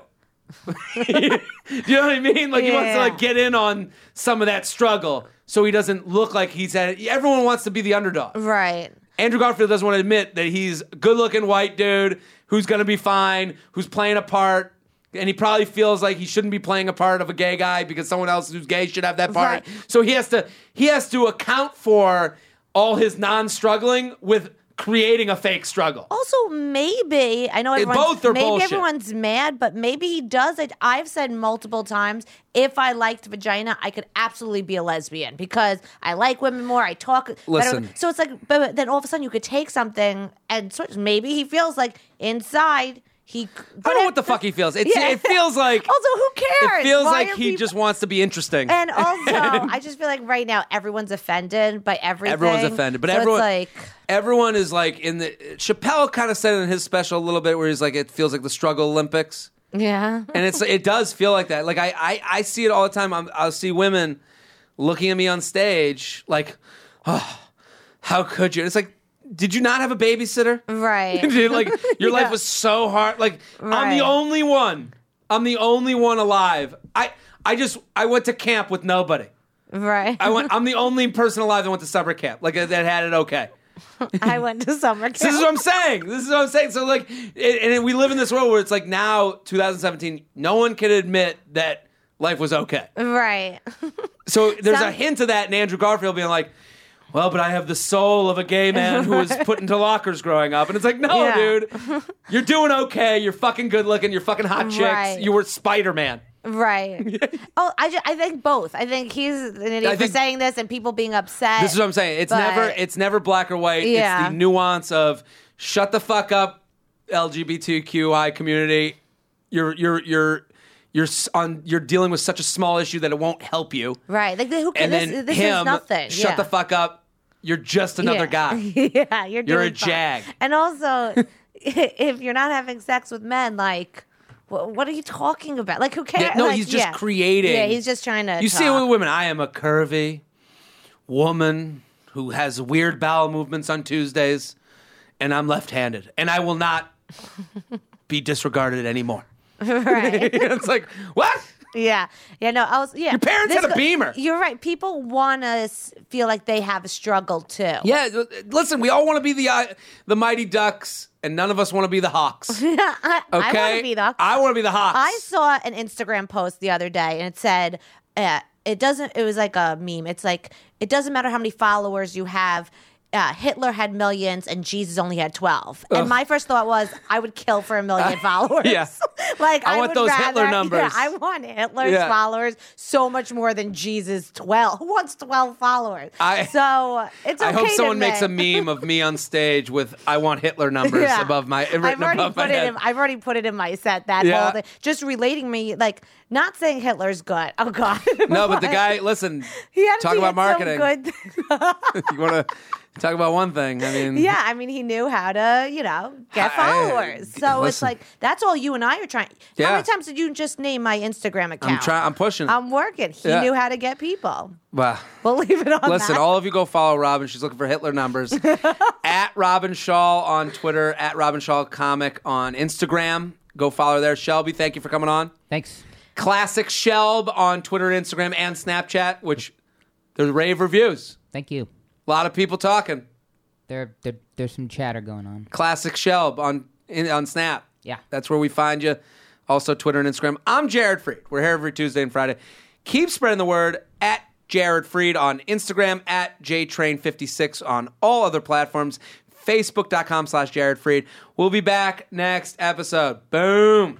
Do you know what I mean? Like he wants to Yeah. like get in on some of that struggle, so he doesn't look like he's at. Everyone wants to be the underdog. right. Andrew Garfield doesn't want to admit that he's a good looking white dude who's going to be fine, who's playing a part. And he probably feels like he shouldn't be playing a part of a gay guy because someone else who's gay should have that part. Right. So he has to he has to account for all his non-struggling with creating a fake struggle. Also, maybe I know everyone's, both are maybe bullshit. everyone's mad, but maybe he does it. I've said multiple times, if I liked vagina, I could absolutely be a lesbian because I like women more. I talk. better. Listen. so it's like, but but then all of a sudden you could take something and sort. Maybe he feels like inside he. I don't know what the fuck he feels. It's, Yeah. It feels like Also, who cares? it feels Why like are he people- just wants to be interesting. And also, I just feel like right now everyone's offended by everything. Everyone's offended, but So everyone it's like everyone is like in the Chappelle kind of said it in his special a little bit where he's like it feels like the struggle Olympics. yeah. and it's it does feel like that. Like I I, I see it all the time. I'm, I'll see women looking at me on stage like, oh, how could you? It's like, did you not have a babysitter? Right. Dude, like your Yeah. life was so hard. Like I'm Right. the only one. I'm the only one alive. I I just I went to camp with nobody. Right. I went. I'm the only person alive that went to summer camp. Like that had it okay. I went to summer camp. This is what I'm saying. This is what I'm saying. So like, it, and we live in this world where it's like now 2017, no one can admit that life was okay. Uh, right. So there's a Some- hint of that in Andrew Garfield being like, "Well, but I have the soul of a gay man who was put into lockers growing up," and it's like, "No, Yeah. dude, you're doing okay. You're fucking good looking. You're fucking hot chicks. Right. You were Spider Man." Right. oh, I, ju- I think both. I think he's an idiot I for think- saying this and people being upset. This is what I'm saying. It's But- never it's never black or white. Yeah. It's the nuance of shut the fuck up, LGBTQI community. You're you're you're you're s- on you're dealing with such a small issue that it won't help you. Right. Like who And can this, then this him, is nothing. shut yeah. the fuck up. You're just another yeah. guy. yeah, you're doing You're a fine. jag. And also if you're not having sex with men like wh- what are you talking about? Like who cares? Yeah, no, Like, he's just yeah. creating. Yeah, he's just trying to You see it with talk. women. I am a curvy woman who has weird bowel movements on Tuesdays, and I'm left-handed, and I will not be disregarded anymore. right. it's like what? Yeah, yeah, no, I was. Yeah, your parents had a Beamer. You're right. People want to feel like they have a struggle too. Yeah, l- listen, we all want to be the uh, the mighty ducks, and none of us want to be the hawks. Okay, I, I want to be the. I, I want to be the hawks. saw an Instagram post the other day, and it said, uh, "It doesn't." It was like a meme. It's like it doesn't matter how many followers you have. Uh, Hitler had millions, and Jesus only had twelve. And my first thought was, I would kill for a million followers. yeah. like I I, want would those rather, Hitler yeah, numbers. I want Hitler's Yeah. followers so much more than Jesus twelve. Who wants twelve followers? I- so it's okay. I hope to someone makes a admit. meme of me on stage with "I want Hitler" numbers Yeah. above my written I've already above put my it head. in. I've already put it in my set. That Yeah. whole thing. just relating me, like not saying Hitler's good. Oh God, no, but the guy, listen, He had talk he about had some marketing. good- you want to talk about one thing? I mean, yeah, I mean, he knew how to, you know, get I- followers. So it's listen. like that's all you and I are trying. Yeah. How many times did you just name my Instagram account? I'm trying. I'm pushing. I'm working. He Yeah. knew how to get people. Wow. We'll leave it on Listen, that. all of you go follow Robin. She's looking for Hitler numbers. at Robin Shaw on Twitter, at Robin Shaw Comic on Instagram. Go follow her there. Shelby, thank you for coming on. Thanks. Classic Shelb on Twitter and Instagram and Snapchat, which there's rave reviews. Thank you. A lot of people talking. There, there, there's some chatter going on. Classic Shelb on in, on Snap. Yeah. That's where we find you. Also Twitter and Instagram. I'm Jared Freed. We're here every Tuesday and Friday. Keep spreading the word at Jared Freed on Instagram, at JTrain56 on all other platforms, Facebook.com slash Jared Freed. We'll be back next episode. Boom.